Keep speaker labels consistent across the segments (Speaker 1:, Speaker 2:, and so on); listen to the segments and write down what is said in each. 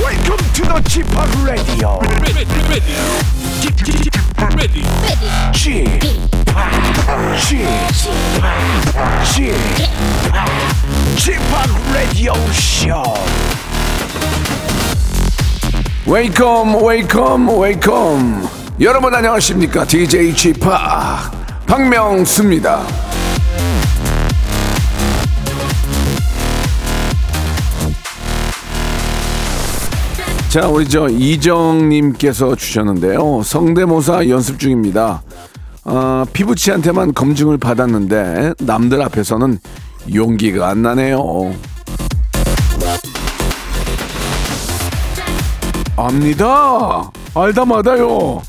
Speaker 1: Welcome to the g p o p Radio.
Speaker 2: ready, ready, ready,
Speaker 1: g p o p g p o p Radio Show. Welcome, Welcome, Welcome. 여러분 안녕하십니까? DJ g p o p 박명수입니다. 자, 우리 저 이정님께서 주셨는데요. 성대모사 연습 중입니다. 아, 피부치한테만 검증을 받았는데 남들 앞에서는 용기가 안 나네요. 압니다. 알다 마다요.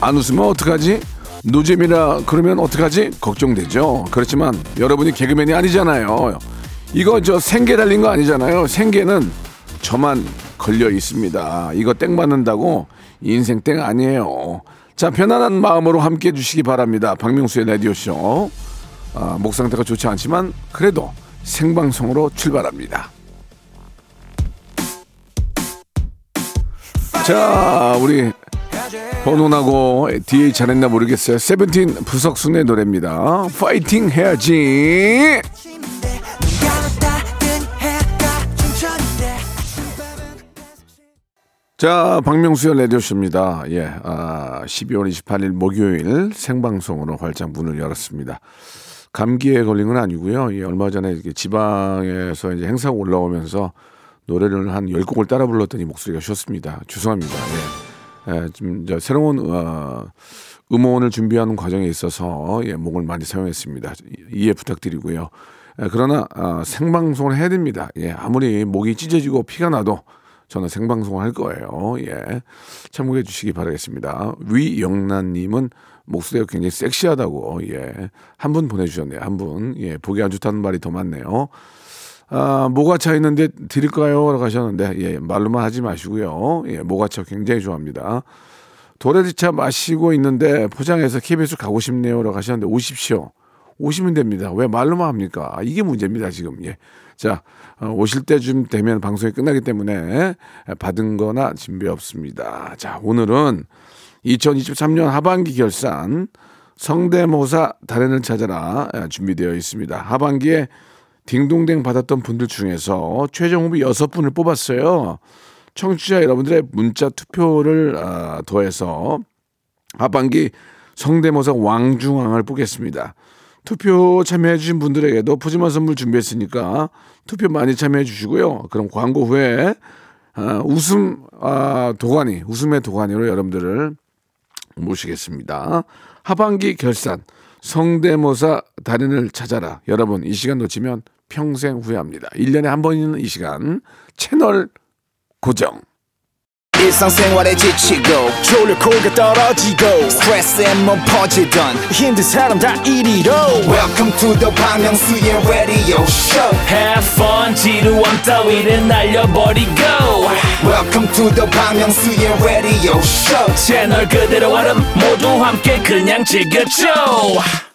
Speaker 1: 안 웃으면 어떡하지? 노잼이라 그러면 어떡하지? 걱정되죠. 그렇지만 여러분이 개그맨이 아니잖아요. 이거 저 생계 달린 거 아니잖아요. 생계는 저만 걸려 있습니다. 이거 땡 받는다고 인생 땡 아니에요. 자, 편안한 마음으로 함께 해주시기 바랍니다. 박명수의 라디오쇼. 아, 목 상태가 좋지 않지만 그래도 생방송으로 출발합니다. 자, 우리 번호나고 DH 잘했나 모르겠어요. 세븐틴 부석순의 노래입니다. 파이팅 해야지. 자, 박명수의 라디오쇼입니다. 예, 아, 12월 28일 목요일 생방송으로 활짝 문을 열었습니다. 감기에 걸린 건 아니고요. 예, 얼마 전에 이렇게 지방에서 이제 행사가 올라오면서 노래를 한 10곡을 따라 불렀더니 목소리가 쉬었습니다. 죄송합니다. 예. 예, 지금 이제 새로운 어, 음원을 준비하는 과정에 있어서 예, 목을 많이 사용했습니다. 이- 이해 부탁드리고요. 예, 그러나 아, 생방송을 해야 됩니다. 예, 아무리 목이 찢어지고 피가 나도 저는 생방송을 할 거예요. 예. 참고해 주시기 바라겠습니다. 위영란님은 목소리가 굉장히 섹시하다고, 예. 한 분 보내주셨네요. 한 분. 예. 보기 안 좋다는 말이 더 많네요. 아, 모가 차 있는데 드릴까요? 라고 하셨는데, 예. 말로만 하지 마시고요. 예. 모가 차 굉장히 좋아합니다. 도레지차 마시고 있는데 포장해서 KBS 가고 싶네요. 라고 하셨는데 오십시오. 오시면 됩니다. 왜 말로만 합니까? 아, 이게 문제입니다, 지금. 예. 자, 어, 오실 때쯤 되면 방송이 끝나기 때문에 받은 거나 진배 없습니다. 자, 오늘은 2023년 하반기 결산 성대모사 달인을 찾아라 예, 준비되어 있습니다. 하반기에 딩동댕 받았던 분들 중에서 최종 후보 여섯 분을 뽑았어요. 청취자 여러분들의 문자 투표를 아, 더해서 하반기 성대모사 왕중왕을 뽑겠습니다. 투표 참여해주신 분들에게도 푸짐한 선물 준비했으니까 투표 많이 참여해주시고요. 그럼 광고 후에 아, 웃음 아, 도가니, 웃음의 도가니로 여러분들을 모시겠습니다. 하반기 결산 성대모사 달인을 찾아라. 여러분 이 시간 놓치면 평생 후회합니다. 1년에 한 번 있는 이 시간 채널 고정.
Speaker 3: 일상생활에 지치고, 졸려 코가 떨어지고, 스트레스에 몸 퍼지던, 힘든 사람 다 이리로. welcome to the Bang Myung-soo's radio show
Speaker 4: Have fun 지루함 따위를 날려버리고
Speaker 3: welcome to the Bang Myung-soo's radio show
Speaker 4: 채널 그대로 얼음 모두 함께 그냥 즐겨줘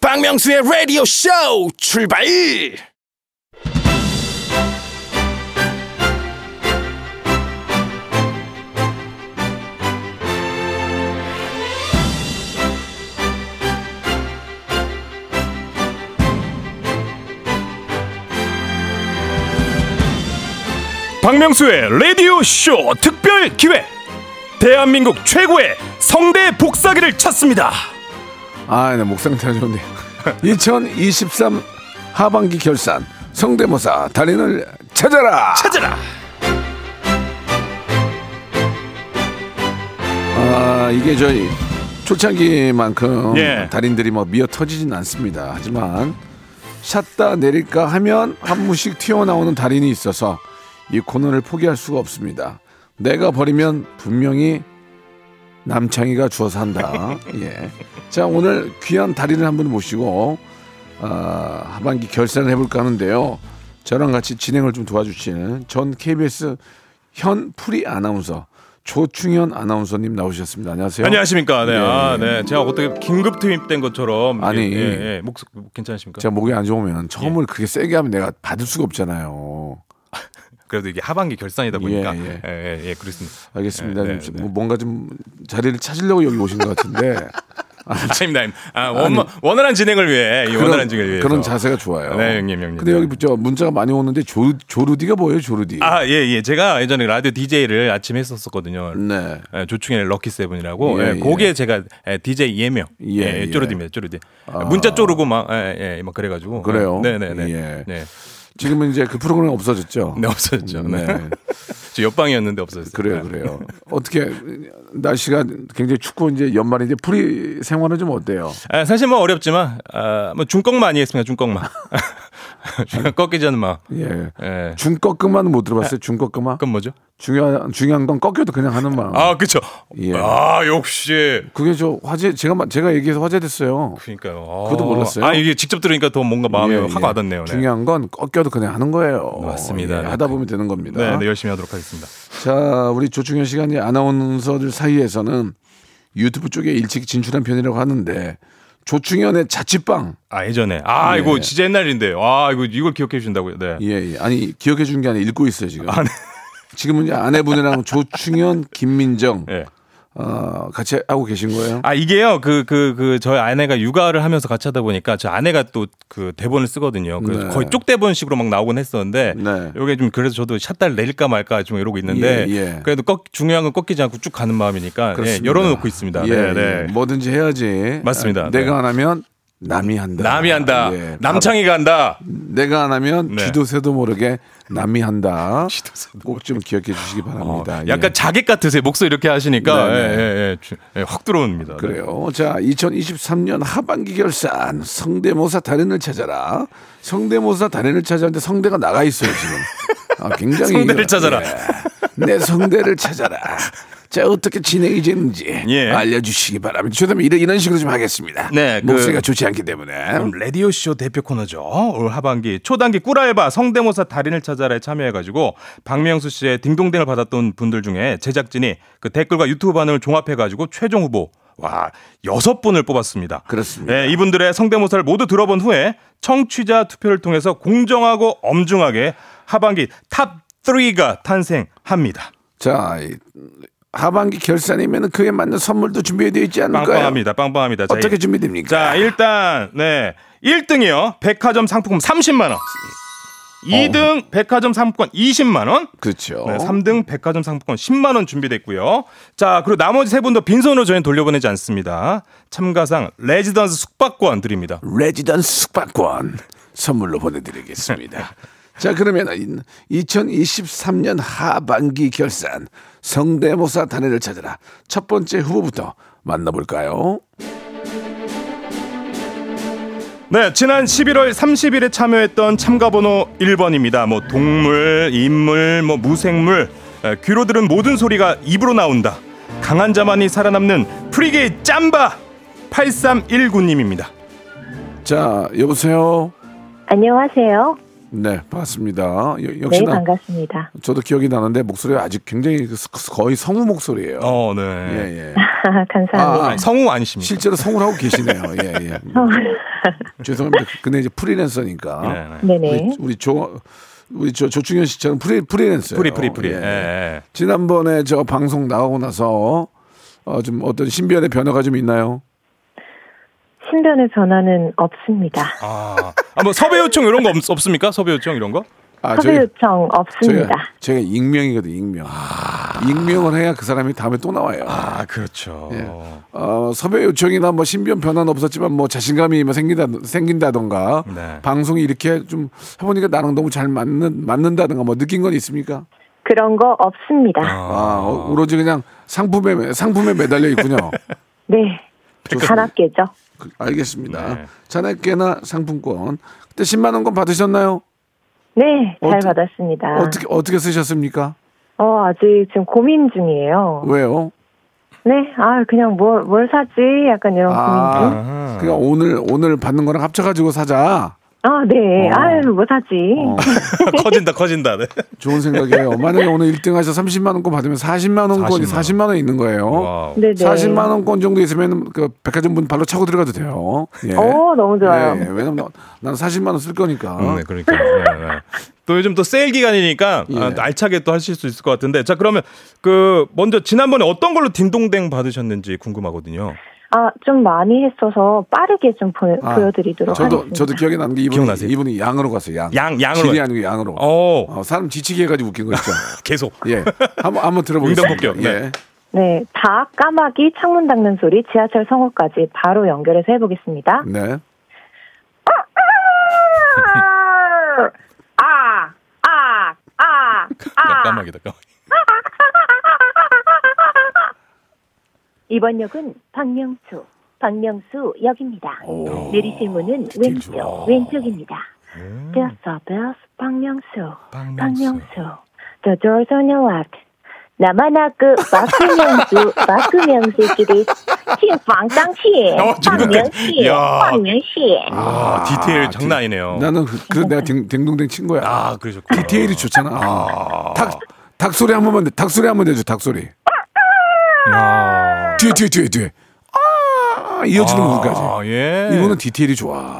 Speaker 2: 박명수의 라디오 쇼 출발! 박명수의 라디오 쇼 특별 기획 대한민국 최고의 성대 복사기를 찾습니다.
Speaker 1: 아, 네, 목 상태 안 좋은데. 2023 하반기 결산 성대모사 달인을 찾아라.
Speaker 4: 찾아라
Speaker 1: 아, 이게 저희 초창기만큼
Speaker 2: 예.
Speaker 1: 달인들이 뭐 미어 터지진 않습니다. 하지만 샷다 내릴까 하면 한 무씩 튀어나오는 달인이 있어서 이 코너를 포기할 수가 없습니다. 내가 버리면 분명히 남창희가 주워 산다. 예. 자, 오늘 귀한 달인을 한 분 모시고 아, 하반기 결산을 해볼까 하는데요. 저랑 같이 진행을 좀 도와주실 전 KBS 현 프리 아나운서 조충현 아나운서님 나오셨습니다. 안녕하세요.
Speaker 5: 안녕하십니까. 네.
Speaker 1: 예.
Speaker 5: 아, 네. 제가 어떻게 긴급 투입된 것처럼
Speaker 1: 아니.
Speaker 5: 예, 예, 예. 목 괜찮으십니까? 예.
Speaker 1: 제가 목이 안 좋으면 처음을 그렇게 세게 하면 내가 받을 수가 없잖아요.
Speaker 5: 그래도 이게 하반기 결산이다 보니까
Speaker 1: 예, 예.
Speaker 5: 예, 예, 예, 그렇습니다.
Speaker 1: 알겠습니다.
Speaker 5: 네,
Speaker 1: 좀
Speaker 5: 네,
Speaker 1: 뭐 뭔가 좀 자리를 찾으려고 여기 오신 것 같은데
Speaker 2: 그
Speaker 5: 아닙니다. 아닙니다. 아, 원, 원활한 진행을 위해 이 원활한 진행을 위해
Speaker 1: 그런 자세가 좋아요.
Speaker 5: 네, 형님, 형님.
Speaker 1: 근데 여기 저 문자가 많이 오는데 조, 조르디가 뭐예요, 조르디?
Speaker 5: 아, 예, 예. 제가 예전에 라디오 DJ를 아침에 했었었거든요.
Speaker 1: 네.
Speaker 5: 예, 조충의 럭키 세븐이라고.
Speaker 1: 예,
Speaker 5: 예,
Speaker 1: 예.
Speaker 5: 거기에 제가 예, DJ 예명.
Speaker 1: 예,
Speaker 5: 예,
Speaker 1: 예.
Speaker 5: 쪼르디입니다. 쪼르디. 문자 쪼르고 막, 예, 예, 막 그래가지고.
Speaker 1: 그래요?
Speaker 5: 네, 네, 네.
Speaker 1: 예.
Speaker 5: 네.
Speaker 1: 지금은 이제 그 프로그램 없어졌죠.
Speaker 5: 네, 없어졌죠. 네.
Speaker 1: 네.
Speaker 5: 저 옆방이었는데 없어졌어요. 예.
Speaker 1: 그래요, 그래요. 어떻게 날씨가 굉장히 춥고 이제 연말인데 프리 생활은 좀 어때요?
Speaker 5: 아, 사실 뭐 어렵지만, 아, 뭐 중꺾만 아니겠습니까? 중꺾만. 중꺾 꺾이지 않는 마음.
Speaker 1: 예.
Speaker 5: 예.
Speaker 1: 중꺾음만은 못 들어봤어요. 중꺾음아.
Speaker 5: 네. 그건 뭐죠?
Speaker 1: 중요한 중요한 건 꺾여도 그냥 하는 마음.
Speaker 5: 아, 그쵸.
Speaker 1: 예.
Speaker 5: 아, 역시.
Speaker 1: 그게 저 화제 제가 마- 제가 얘기해서 화제됐어요.
Speaker 5: 그러니까요.
Speaker 1: 그것도 몰랐어요?
Speaker 5: 아, 이게 직접 들으니까 더 뭔가 마음이
Speaker 1: 예,
Speaker 5: 확
Speaker 1: 예.
Speaker 5: 와닿네요. 네.
Speaker 1: 중요한 건 꺾여도 그냥 하는 거예요.
Speaker 5: 맞습니다.
Speaker 1: 예, 하다 보면 되는 겁니다.
Speaker 5: 네, 네, 열심히 하도록 하겠습니다.
Speaker 1: 자, 우리 조충현 시간이 아나운서들 사이에서는 유튜브 쪽에 일찍 진출한 편이라고 하는데 조충현의 자취방
Speaker 5: 아 예전에 아 이거 진짜 옛날인데 아 이거 이걸 기억해 주신다고요 네
Speaker 1: 예, 예. 아니 기억해 준 게 아니라 읽고 있어요 지금. 지금은 이제 아내분이랑 조충현, 김민정
Speaker 5: 예.
Speaker 1: 어, 같이 하고 계신 거예요.
Speaker 5: 아 이게요 그 그 그 저희 아내가 육아를 하면서 같이 하다 보니까 저 아내가 또 그 대본을 쓰거든요 그래서
Speaker 1: 네.
Speaker 5: 거의 쪽대본식으로 막 나오곤 했었는데
Speaker 1: 네.
Speaker 5: 요게 좀 그래서 저도 샷달 내릴까 말까 좀 이러고 있는데
Speaker 1: 예, 예.
Speaker 5: 그래도 꺾 중요한 건 꺾이지 않고 쭉 가는 마음이니까 예,
Speaker 1: 그렇습니다.
Speaker 5: 열어놓고 있습니다
Speaker 1: 예,
Speaker 5: 네네
Speaker 1: 예. 뭐든지 해야지.
Speaker 5: 맞습니다.
Speaker 1: 아, 내가
Speaker 5: 네.
Speaker 1: 안 하면 남이 한다.
Speaker 5: 남이 한다
Speaker 1: 예.
Speaker 5: 남창이가 한다
Speaker 1: 아, 내가 안 하면
Speaker 5: 네.
Speaker 1: 쥐도 새도 모르게 남이 한다. 꼭 좀 기억해 주시기
Speaker 5: 어,
Speaker 1: 바랍니다. 예.
Speaker 5: 약간 자객 같으세요 목소리 이렇게 하시니까
Speaker 1: 네, 네.
Speaker 5: 예, 예, 예, 주- 예, 확 들어옵니다 네.
Speaker 1: 그래요. 자, 2023년 하반기 결산 성대모사 달인을 찾아라. 성대모사 달인을 찾아는데 성대가 나가 있어요 지금. 아, 굉장히
Speaker 5: 성대를
Speaker 1: 이거,
Speaker 5: 찾아라.
Speaker 1: 예. 내 성대를 찾아라. 자 어떻게 진행이 되는지
Speaker 5: 예.
Speaker 1: 알려주시기 바랍니다. 저다면 이런 이런 식으로 좀 하겠습니다.
Speaker 5: 네, 그-
Speaker 1: 목소리가 좋지 않기 때문에.
Speaker 5: 그럼 라디오 쇼 대표 코너죠. 올 하반기 초단기 꿀알바 성대모사 달인을 찾아라에 참여해가지고 박명수 씨의 딩동댕을 받았던 분들 중에 제작진이 그 댓글과 유튜브 반응을 종합해가지고 최종 후보 와 여섯 분을 뽑았습니다.
Speaker 1: 그렇습니다.
Speaker 5: 네, 이분들의 성대모사를 모두 들어본 후에 청취자 투표를 통해서 공정하고 엄중하게 하반기 탑 3가 탄생합니다.
Speaker 1: 자 이- 하반기 결산이면 그에 맞는 선물도 준비되어 있지 않을까요?
Speaker 5: 빵빵합니다. 빵빵합니다. 자,
Speaker 1: 어떻게
Speaker 5: 이-
Speaker 1: 준비됩니까?
Speaker 5: 자, 일단 네. 1등이요. 백화점 상품권 30만 원. 2등 백화점 상품권 20만 원.
Speaker 1: 어. 그렇죠.
Speaker 5: 네, 3등 백화점 상품권 10만 원 준비됐고요. 자, 그리고 나머지 세 분도 빈손으로 저희는 돌려보내지 않습니다. 참가상 레지던스 숙박권 드립니다.
Speaker 1: 레지던스 숙박권 선물로 보내드리겠습니다. 자 그러면 2023년 하반기 결산 성대모사 단회를 찾아라 첫 번째 후보부터 만나볼까요?
Speaker 5: 네, 지난 11월 30일에 참여했던 참가 번호 1번입니다. 뭐 동물, 인물, 뭐 무생물, 에, 귀로 들은 모든 소리가 입으로 나온다. 강한 자만이 살아남는 프리게이 짬바 8319님입니다.
Speaker 1: 자 여보세요.
Speaker 6: 안녕하세요.
Speaker 1: 네 반갑습니다. 여-
Speaker 6: 네,
Speaker 1: 역시나
Speaker 6: 반갑습니다.
Speaker 1: 저도 기억이 나는데 목소리가 아직 굉장히 그 스- 거의 성우 목소리예요.
Speaker 5: 어, 네.
Speaker 1: 예, 예.
Speaker 6: 감사합니다.
Speaker 1: 아,
Speaker 5: 성우 아니십니까?
Speaker 1: 실제로 성우를 하고 계시네요. 예, 예. 죄송합니다. 근데 이제 프리랜서니까
Speaker 5: 네, 네.
Speaker 6: 네네.
Speaker 1: 우리, 우리 조 우리 조 조충현 씨처럼 프리 프리랜서
Speaker 5: 프리 프리 프리.
Speaker 1: 예.
Speaker 5: 예, 예.
Speaker 1: 지난번에 저 방송 나가고 나서 어, 좀 어떤 신변의 변화가 좀 있나요?
Speaker 6: 신변의 변화는 없습니다.
Speaker 5: 아, 아, 뭐 섭외 요청 이런 거 없, 습니까 섭외 요청 이런 거?
Speaker 1: 아,
Speaker 6: 섭외
Speaker 1: 저희-
Speaker 6: 요청
Speaker 1: 저희가
Speaker 6: 없습니다.
Speaker 1: 제가 익명이거든 익명. 익명을 해야 그 사람이 다음에 또 나와요.
Speaker 5: 아, 그렇죠.
Speaker 1: 어, 섭외 요청이나 뭐 신변 변화는 없었지만 뭐 자신감이 뭐 생긴다 생긴다던가
Speaker 5: 네.
Speaker 1: 방송이 이렇게 좀 해보니까 나랑 너무 잘 맞는 맞는다던가 뭐 느낀 건 있습니까?
Speaker 6: 그런 거 없습니다.
Speaker 1: 아, 어, 오로지 그냥 상품에 매- 상품에 매달려 있군요.
Speaker 6: 네. 산악계죠.
Speaker 1: 그- 알겠습니다.
Speaker 5: 네.
Speaker 1: 자네께나 상품권 그때 10만 원권 받으셨나요?
Speaker 6: 네, 잘
Speaker 1: 어떻-
Speaker 6: 받았습니다.
Speaker 1: 어떻게 어떻게 쓰셨습니까?
Speaker 6: 어, 아직 지금 고민 중이에요.
Speaker 1: 왜요?
Speaker 6: 네, 아, 그냥 뭘, 뭘 사지? 약간 이런 고민 중.
Speaker 1: 아, 그러니까 오늘 오늘 받는 거랑 합쳐가지고 사자.
Speaker 6: 아, 네.
Speaker 1: 어.
Speaker 6: 아유, 뭐 사지?
Speaker 5: 커진다, 커진다. 네.
Speaker 1: 좋은 생각이에요. 만약에 오늘 1등 하셔서 30만 원권 받으면 40만 원권이
Speaker 5: 40만 원.
Speaker 1: 40만 원 있는 거예요.
Speaker 5: 와우.
Speaker 6: 네네.
Speaker 1: 40만 원권 정도 있으면 그 백화점 문 발로 차고 들어가도 돼요. 예.
Speaker 6: 오, 너무 좋아요.
Speaker 5: 음,
Speaker 1: 예, 예. 왜냐면 난 40만 원 쓸 거니까.
Speaker 5: 네, 그러니까. 네, 네. 또 요즘 또 세일 기간이니까 아,
Speaker 1: 예.
Speaker 5: 알차게 또 하실 수 있을 것 같은데 자 그러면 그 먼저 지난번에 어떤 걸로 딘동댕 받으셨는지 궁금하거든요.
Speaker 6: 아, 좀 많이 했어서 빠르게 좀 보,
Speaker 1: 아,
Speaker 6: 여드리도록
Speaker 1: 저도
Speaker 6: 하겠습니다.
Speaker 1: 저도 기억에 나는 게 이분이
Speaker 5: 기억나세요?
Speaker 1: 이분이 양으로 갔어요. 양.
Speaker 5: 양, 양으로.
Speaker 1: 질이 아니고 양으로.
Speaker 5: 어
Speaker 1: 어, 사람 지치게 해가지고 웃긴 거 있죠.
Speaker 5: 계속
Speaker 1: 예. 한번 한번 들어보겠습니다.
Speaker 5: 응답 볼게요.
Speaker 1: 예.
Speaker 6: 네, 닭, 까마귀, 창문 닫는 소리, 지하철 성호까지 바로 연결해서 해보겠습니다.
Speaker 1: 네.
Speaker 6: 아, 아, 아,
Speaker 5: 야,
Speaker 6: 아.
Speaker 5: 까마귀다 까마귀.
Speaker 6: 이번 역은 박명수, 박명수 역입니다. 내리실 문은 왼쪽, 왼쪽입니다. The service 박명수, 박명수. The doors on your left. 남한학교 그 박명수, 박명수 길이 신방당시 박명수,
Speaker 5: 야.
Speaker 6: 박명수.
Speaker 5: 아, 디테일 장난 아니네요.
Speaker 1: 나는 그- 그래 내가 딩, 딩동댕 친 거야.
Speaker 5: 아 그러셨구나.
Speaker 1: 디테일이 좋잖아. 아. 닭, 닭 소리 한 번만, 내- 닭 소리 한 번 내줘, 닭 소리. 뒤에, 뒤에, 뒤에, 뒤에. 아, 이어지는 부분까지.
Speaker 5: 아, 예.
Speaker 1: 이분은 디테일이 좋아.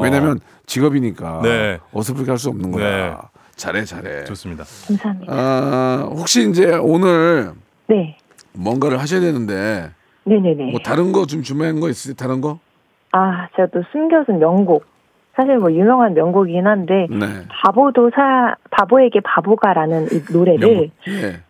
Speaker 1: 왜냐면 직업이니까
Speaker 5: 네.
Speaker 1: 어설프게 할 수 없는 거야.
Speaker 5: 네.
Speaker 1: 잘해, 잘해.
Speaker 5: 좋습니다.
Speaker 6: 감사합니다.
Speaker 1: 아, 혹시 이제 오늘
Speaker 6: 네,
Speaker 1: 뭔가를 하셔야 되는데
Speaker 6: 네네네.
Speaker 1: 뭐 다른 거 좀 준비한 거 있으세요? 다른 거?
Speaker 6: 아, 제가 또 숨겨둔 명곡. 사실 뭐 유명한 명곡이긴 한데
Speaker 1: 네.
Speaker 6: 바보도 사 바보에게 바보가라는 이 노래를
Speaker 1: 예.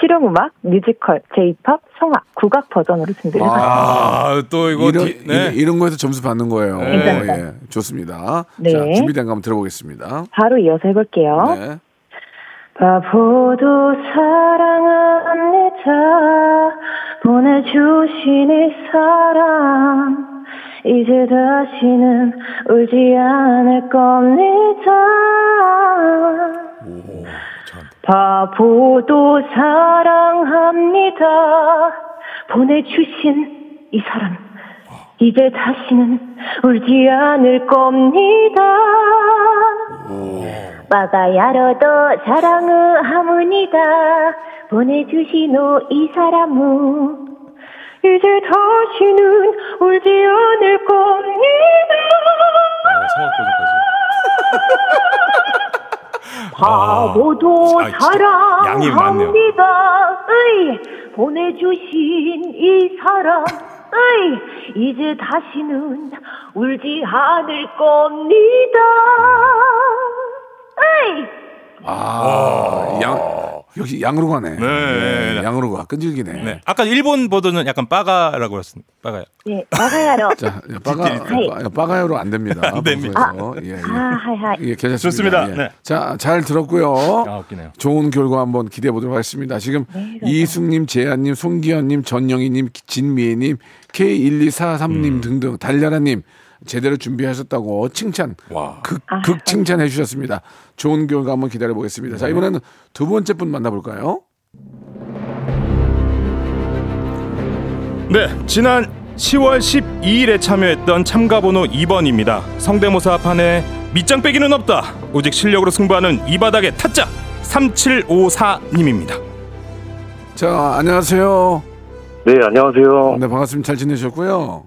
Speaker 6: 실용음악, 뮤지컬, 제이팝, 성악, 국악 버전으로
Speaker 5: 아.
Speaker 6: 준비했어요.
Speaker 5: 아또 이거
Speaker 1: 아. 이런,
Speaker 5: 디, 네.
Speaker 1: 이런, 이런 거에서 점수 받는 거예요.
Speaker 6: 괜찮다.
Speaker 1: 예. 좋습니다.
Speaker 6: 네.
Speaker 1: 자, 준비된 거 한번 들어보겠습니다.
Speaker 6: 바로 이어서 해볼게요.
Speaker 1: 네.
Speaker 6: 바보도 사랑합니다. 보내주신 이 사랑. 이제 다시는 울지 않을 겁니다. 바보도 사랑합니다. 보내주신 이 사람. 이제 다시는 울지 않을 겁니다. 빠가야로도 사랑을 하무니다. 보내주신 이 사람은 이제 다시는 울지 않을 겁니다.
Speaker 5: 아, 성악고조까지.
Speaker 6: 바보도
Speaker 5: 아, 진짜 양이 많네요.
Speaker 6: 사랑합니다. 의 보내주신 이 사람. 의 이제 다시는 울지 않을 겁니다. 의
Speaker 1: 아, 양 역시 양으로 가네.
Speaker 5: 네.
Speaker 1: 네, 양으로 가. 끈질기네.
Speaker 5: 네. 아까 일본 버전은 약간 빠가라고 했습니다. 빠가요.
Speaker 6: 네, 마가야로.
Speaker 1: 자, 빠가 빠가- 빠가요로 안 됩니다. 안
Speaker 5: 네. 됩니다.
Speaker 1: 예, 예.
Speaker 6: 아, 하하.
Speaker 1: 예, 괜찮습니다.
Speaker 5: 좋습니다.
Speaker 1: 예.
Speaker 5: 네.
Speaker 1: 자, 잘 들었고요.
Speaker 5: 아, 웃기네요.
Speaker 1: 좋은 결과 한번 기대해 보도록 하겠습니다. 지금 이승님, 재한님, 송기현님, 전영희님, 진미애님, K1243님
Speaker 5: 음.
Speaker 1: 등등 달려라님 제대로 준비하셨다고 칭찬, 극, 극 칭찬해 주셨습니다. 좋은 결과 한번 기다려 보겠습니다. 자, 이번에는 두 번째 분 만나볼까요?
Speaker 5: 네, 지난 10월 12일에 참여했던 참가번호 2번입니다. 성대모사 판에 밑장 빼기는 없다. 오직 실력으로 승부하는 이 바닥의 타짜 3754님입니다.
Speaker 1: 자, 안녕하세요.
Speaker 7: 네, 안녕하세요.
Speaker 1: 네, 반갑습니다. 잘 지내셨고요.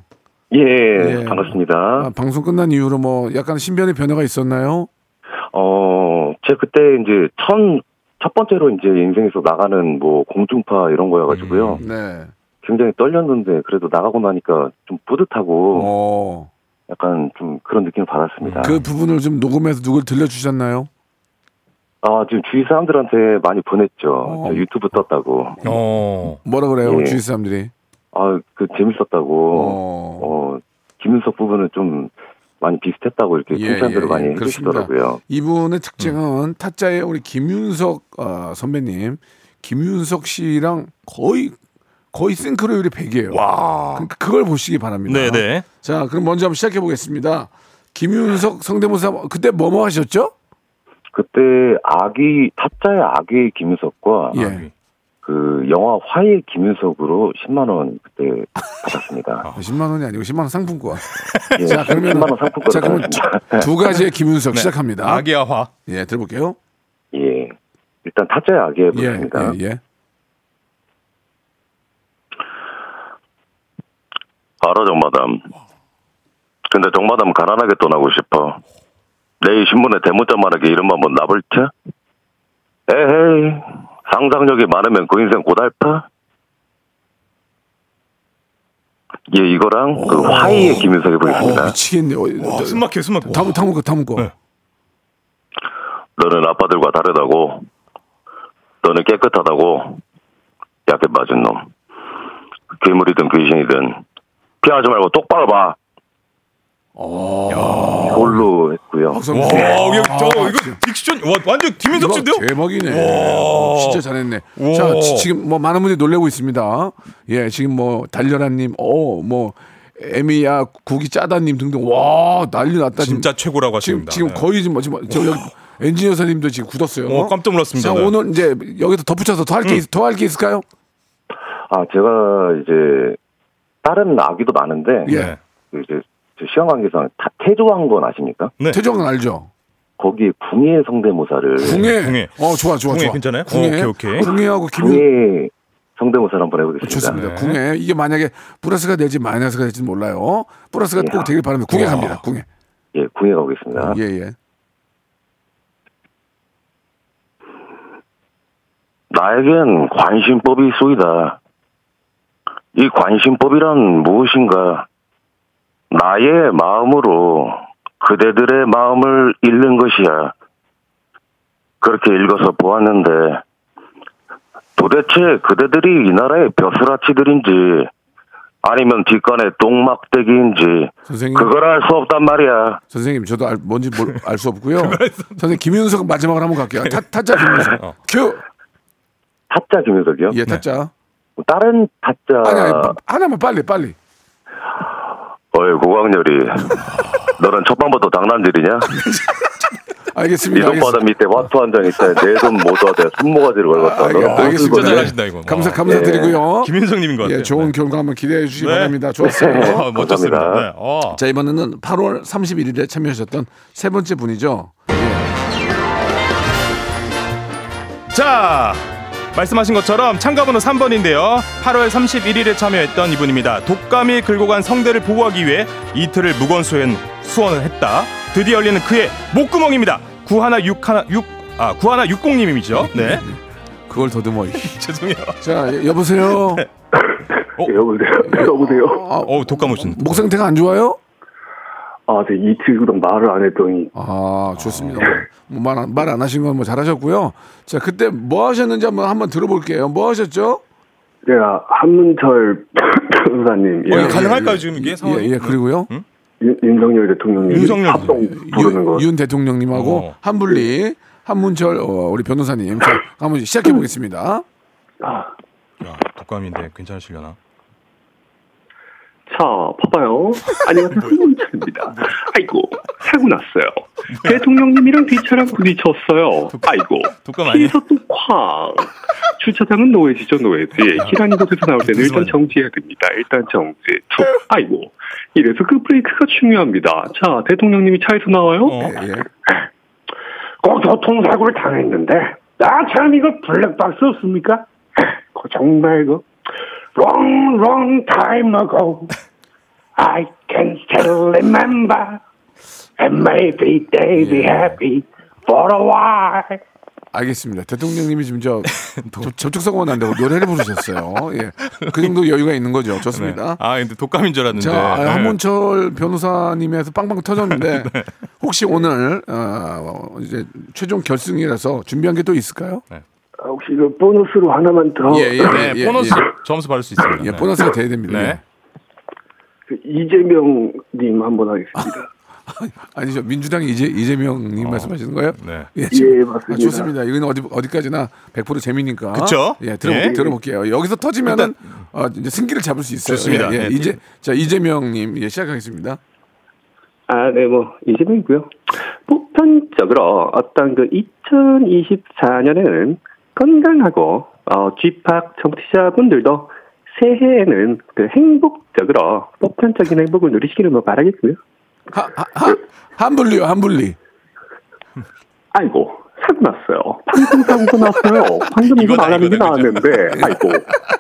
Speaker 7: 예,
Speaker 1: 예.
Speaker 7: 반갑습니다.
Speaker 1: 아, 방송 끝난 이후로 뭐 약간 신변의 변화가 있었나요?
Speaker 7: 어, 제가 그때 이제 첫, 첫 번째로 이제 인생에서 나가는 뭐 공중파 이런 거여가지고요.
Speaker 1: 네.
Speaker 7: 굉장히 떨렸는데 그래도 나가고 나니까 좀 뿌듯하고
Speaker 1: 어.
Speaker 7: 약간 좀 그런 느낌을 받았습니다.
Speaker 1: 그 부분을 좀 녹음해서 누굴 들려주셨나요?
Speaker 7: 아, 지금 주위 사람들한테 많이 보냈죠.
Speaker 1: 어.
Speaker 7: 저 유튜브 떴다고.
Speaker 5: 어.
Speaker 1: 뭐라 그래요
Speaker 7: 예.
Speaker 1: 주위 사람들이?
Speaker 7: 아, 그 재밌었다고. 어,
Speaker 1: 어.
Speaker 7: 김윤석 부분은 좀 많이 비슷했다고 이렇게
Speaker 1: 예,
Speaker 7: 칭찬들을
Speaker 1: 예, 예.
Speaker 7: 그 많이
Speaker 1: 그렇습니다.
Speaker 7: 해주시더라고요. 음.
Speaker 1: 이분의 특징은 타짜의 우리 김윤석 어, 선배님, 김윤석 씨랑 거의 거의 싱크로율이 100이에요.
Speaker 5: 와.
Speaker 1: 그러니까 그걸 보시기 바랍니다.
Speaker 5: 네, 네.
Speaker 1: 자, 그럼 먼저 한번 시작해 보겠습니다. 김윤석 성대모사 그때 뭐뭐 하셨죠?
Speaker 7: 그때 아기, 타짜의 아기 김윤석과
Speaker 5: 네.
Speaker 1: 예.
Speaker 7: 그 영화 화의 김윤석으로 10만 원 그때 받았습니다.
Speaker 1: 10만 원이 아니고 10만 원 상품권.
Speaker 7: 예,
Speaker 1: 자, 그러면
Speaker 7: 10만 원 상품권
Speaker 1: 자, 그러면
Speaker 7: 받았습니다.
Speaker 1: 두- 두 가지의 김윤석 시작합니다.
Speaker 5: 네. 아기야화.
Speaker 1: 예, 들어볼게요.
Speaker 7: 예. 일단 타짜의 아기에
Speaker 1: 예,
Speaker 7: 붙습니다.
Speaker 1: 예, 예.
Speaker 7: 알아 정마담. 근데 정마담 가난하게 떠나고 싶어. 내일 신문에 대문자 말하기 이름만 뭐 나불차? 에헤이 상상력이 많으면 그 인생 고달파? 예 이거랑 그 화이의 김윤석 해보겠습니다.
Speaker 1: 어, 미치겠네. 어,
Speaker 5: 아, 와,
Speaker 1: 저-
Speaker 5: 아, 숨 막혀, 숨 막혀.
Speaker 1: 다음 다음 거 다음 거.
Speaker 5: 네.
Speaker 7: 너는 아빠들과 다르다고. 너는 깨끗하다고. 약에 맞은 놈. 괴물이든 귀신이든 피하지 말고 똑바로 봐.
Speaker 1: 어.
Speaker 7: 이걸로 했고요.
Speaker 1: 박성규
Speaker 5: 와,
Speaker 1: 씨.
Speaker 5: 야, 저
Speaker 1: 아,
Speaker 5: 이거 딕션 와 완전 김인석
Speaker 1: 대박,
Speaker 5: 씨인데요?
Speaker 1: 대박이네. 어,
Speaker 5: 와.
Speaker 1: 진짜 잘했네.
Speaker 5: 와.
Speaker 1: 자, 지- 지금 뭐 많은 분들이 놀래고 있습니다. 예, 지금 뭐 달려라님, 어, 뭐 에미야 국이 짜다님 등등. 와, 난리 났다 지금.
Speaker 5: 진짜 최고라고
Speaker 1: 지금
Speaker 5: 하십니다.
Speaker 1: 지금
Speaker 5: 네.
Speaker 1: 거의 지금 지금 저 여기 엔지니어사님도 지금 굳었어요.
Speaker 5: 어, 깜짝 놀랐습니다.
Speaker 1: 자,
Speaker 5: 네. 음.
Speaker 1: 오늘 이제 여기서 덧붙여서 더 할 게 더 할 게 있을까요?
Speaker 7: 아 제가 이제 다른 아기도 많은데
Speaker 1: 예.
Speaker 5: 네.
Speaker 7: 그 이제 저 시간 관계상 다- 태조왕건 아십니까?
Speaker 5: 네.
Speaker 1: 태종은 알죠.
Speaker 7: 거기 궁예 성대모사를
Speaker 1: 궁예.
Speaker 5: 궁예.
Speaker 1: 어, 좋아, 좋아,
Speaker 5: 궁예
Speaker 1: 좋아.
Speaker 5: 괜찮아요?
Speaker 1: 궁예.
Speaker 5: 어, 오케이, 오케이.
Speaker 1: 궁예하고 김윤.
Speaker 7: 궁예 성대모사를 한번 해보겠습니다.
Speaker 1: 어, 좋습니다.
Speaker 5: 네.
Speaker 1: 궁예. 이게 만약에 플러스가 될지 마이너스가 될지 는 몰라요. 플러스가 꼭 되길 바랍니다. 궁예 갑니다. 궁예.
Speaker 7: 예, 궁예 가보겠습니다.
Speaker 1: 예, 예.
Speaker 7: 나에겐 관심법이 쏘이다. 이 관심법이란 무엇인가? 나의 마음으로 그대들의 마음을 읽는 것이야. 그렇게 읽어서 보았는데, 도대체 그대들이 이 나라의 벼슬아치들인지, 아니면 뒷간의 똥막대기인지,
Speaker 1: 선생님.
Speaker 7: 그걸 알 수 없단 말이야.
Speaker 1: 선생님 저도 알, 뭔지 알 수 없고요. 선생님 김윤석 마지막으로 한번 갈게요. 타, 타짜 김윤석. 큐.
Speaker 7: 타짜 김효석이요?
Speaker 1: 예, 타짜.
Speaker 7: 다른 타짜.
Speaker 1: 아니, 아니 빠- 하나만 빨리 빨리.
Speaker 7: 어이, 고광렬이. 너는 첫번부터 장난질이냐?
Speaker 1: 알겠습니다.
Speaker 7: 이동바다 밑에 화투 한 장 있다. 내돈 모두 하되 손모가지를 걸었다.
Speaker 1: 알겠,
Speaker 7: 너는
Speaker 1: 아, 알겠,
Speaker 7: 무슨
Speaker 1: 알겠습니다.
Speaker 5: 진짜
Speaker 7: 거냐?
Speaker 5: 잘하신다, 이거.
Speaker 1: 감사
Speaker 5: 와.
Speaker 1: 감사드리고요.
Speaker 5: 김인성님인 것 같아요.
Speaker 1: 예, 좋은 결과 한번 기대해 주시기
Speaker 5: 네.
Speaker 1: 바랍니다. 좋았어요.
Speaker 5: 아, 멋졌습니다.
Speaker 7: 감사합니다.
Speaker 5: 네. 어.
Speaker 1: 자 이번에는 8월 31일에 참여하셨던 세 번째 분이죠.
Speaker 5: 자 말씀하신 것처럼 참가번호 3번인데요 8월 31일에 참여했던 이분입니다 독감이 긁고 간 성대를 보호하기 위해 이틀을 무건수행 수원을 했다 드디어 열리는 그의 목구멍입니다 구하나 육하나 육아 구하나 육공님이죠 네
Speaker 1: 그걸 더듬어.
Speaker 5: 죄송해요
Speaker 1: 자 여- 여보세요.
Speaker 8: 여보세요. 여보세요.
Speaker 1: 아,
Speaker 5: 어 독감 오신
Speaker 1: 목 상태가 안 좋아요?
Speaker 8: 아, 제가 이틀 동안 말을 안 했더니
Speaker 1: 아 좋습니다. 말안 말 안 하신 건 뭐 잘하셨고요. 자 그때 뭐 하셨는지 한번 한번 들어볼게요. 뭐 하셨죠?
Speaker 8: 제가 한문철 변호사님,
Speaker 5: 어,
Speaker 8: 예,
Speaker 5: 이거 가능할까요 지금 이게 상황이
Speaker 1: 예, 예 그리고요.
Speaker 8: 윤- 윤석열 대통령님
Speaker 5: 윤석열
Speaker 8: 합동 부르는 거.
Speaker 1: 윤, 윤 대통령님하고
Speaker 5: 어.
Speaker 1: 한불리 한문철 어, 우리 변호사님 자, 한번 시작해 보겠습니다.
Speaker 8: 아,
Speaker 5: 야, 독감인데 괜찮으시려나
Speaker 8: 자, 봐봐요.
Speaker 5: 뭐,
Speaker 8: 안녕하세요. 한문철입니다. 아이고, 사고 났어요. 대통령님이랑 뒤차랑 부딪혔어요.
Speaker 5: 그-
Speaker 8: 아이고,
Speaker 5: 독감 아니에요
Speaker 8: 뒤에서 또 쾅. 주차장은 노예지죠, 노예지.
Speaker 5: 아,
Speaker 8: 길한 곳에서 나올 때는 일단 정지해야 됩니다. 일단 정지. 툭. 아이고. 이래서 그 브레이크가 중요합니다. 자, 대통령님이 차에서 나와요.
Speaker 5: 어.
Speaker 1: 예.
Speaker 8: 꼭 교통사고를 당했는데 나참 이거 블랙박스 없습니까? 그거 정말 이거 long long time ago I can still remember and maybe they be
Speaker 1: 예.
Speaker 8: happy for a while
Speaker 1: 알겠습니다. 대통령님이 지금 저 접- 접촉사고가 난다고 노래를 부르셨어요. 예. 그 정도 여유가 있는 거죠.
Speaker 5: 네.
Speaker 1: 좋습니다.
Speaker 5: 아 근데 독감인 줄 알았는데
Speaker 1: 자,
Speaker 5: 네.
Speaker 1: 아, 한문철 변호사님에서 빵빵 터졌는데
Speaker 5: 네.
Speaker 1: 혹시 오늘 어, 이제 최종 결승이라서 준비한 게 또 있을까요?
Speaker 8: 혹시 그 보너스로 하나만 더
Speaker 1: 예, 예,
Speaker 5: 네,
Speaker 1: 예,
Speaker 5: 보너스
Speaker 1: 예.
Speaker 5: 점수 받을 수 있습니다
Speaker 1: 예,
Speaker 5: 네.
Speaker 1: 보너스가 돼야 됩니다.
Speaker 5: 네.
Speaker 1: 예.
Speaker 8: 이재명님 그 한번
Speaker 1: 아,
Speaker 8: 하겠습니다
Speaker 1: 예. 아니죠. 민주당 이재, 이재명님 말씀하시는 거예요?
Speaker 5: 네.
Speaker 1: 예,
Speaker 8: 예,
Speaker 1: 아,
Speaker 8: 맞습니다.
Speaker 1: 좋습니다. 이건 어디, 어디까지나 100% 재미니까.
Speaker 5: 그쵸?
Speaker 1: 예, 들어보,
Speaker 5: 예.
Speaker 1: 들어볼게요. 여기서 터지면은 어, 이제 승기를 잡을 수 있어요.
Speaker 5: 좋습니다.
Speaker 1: 예, 예.
Speaker 5: 예.
Speaker 1: 이제, 자, 이재명님, 예, 시작하겠습니다.
Speaker 8: 아, 네, 뭐, 이재명이고요. 보편적으로 어떤 그 2024년에는 건강하고, 어, 쥐팍 정치자분들도 새해에는 그 행복적으로, 보편적인 행복을 누리시기를 뭐 바라겠고요.
Speaker 1: 하, 하, 하, 한불리요, 한불리.
Speaker 8: 아이고, 사고 났어요. 방금 사고가 났어요. 방금 이거
Speaker 5: 이거다,
Speaker 8: 안 하는 게
Speaker 5: 이거다,
Speaker 8: 나왔는데, 아이고,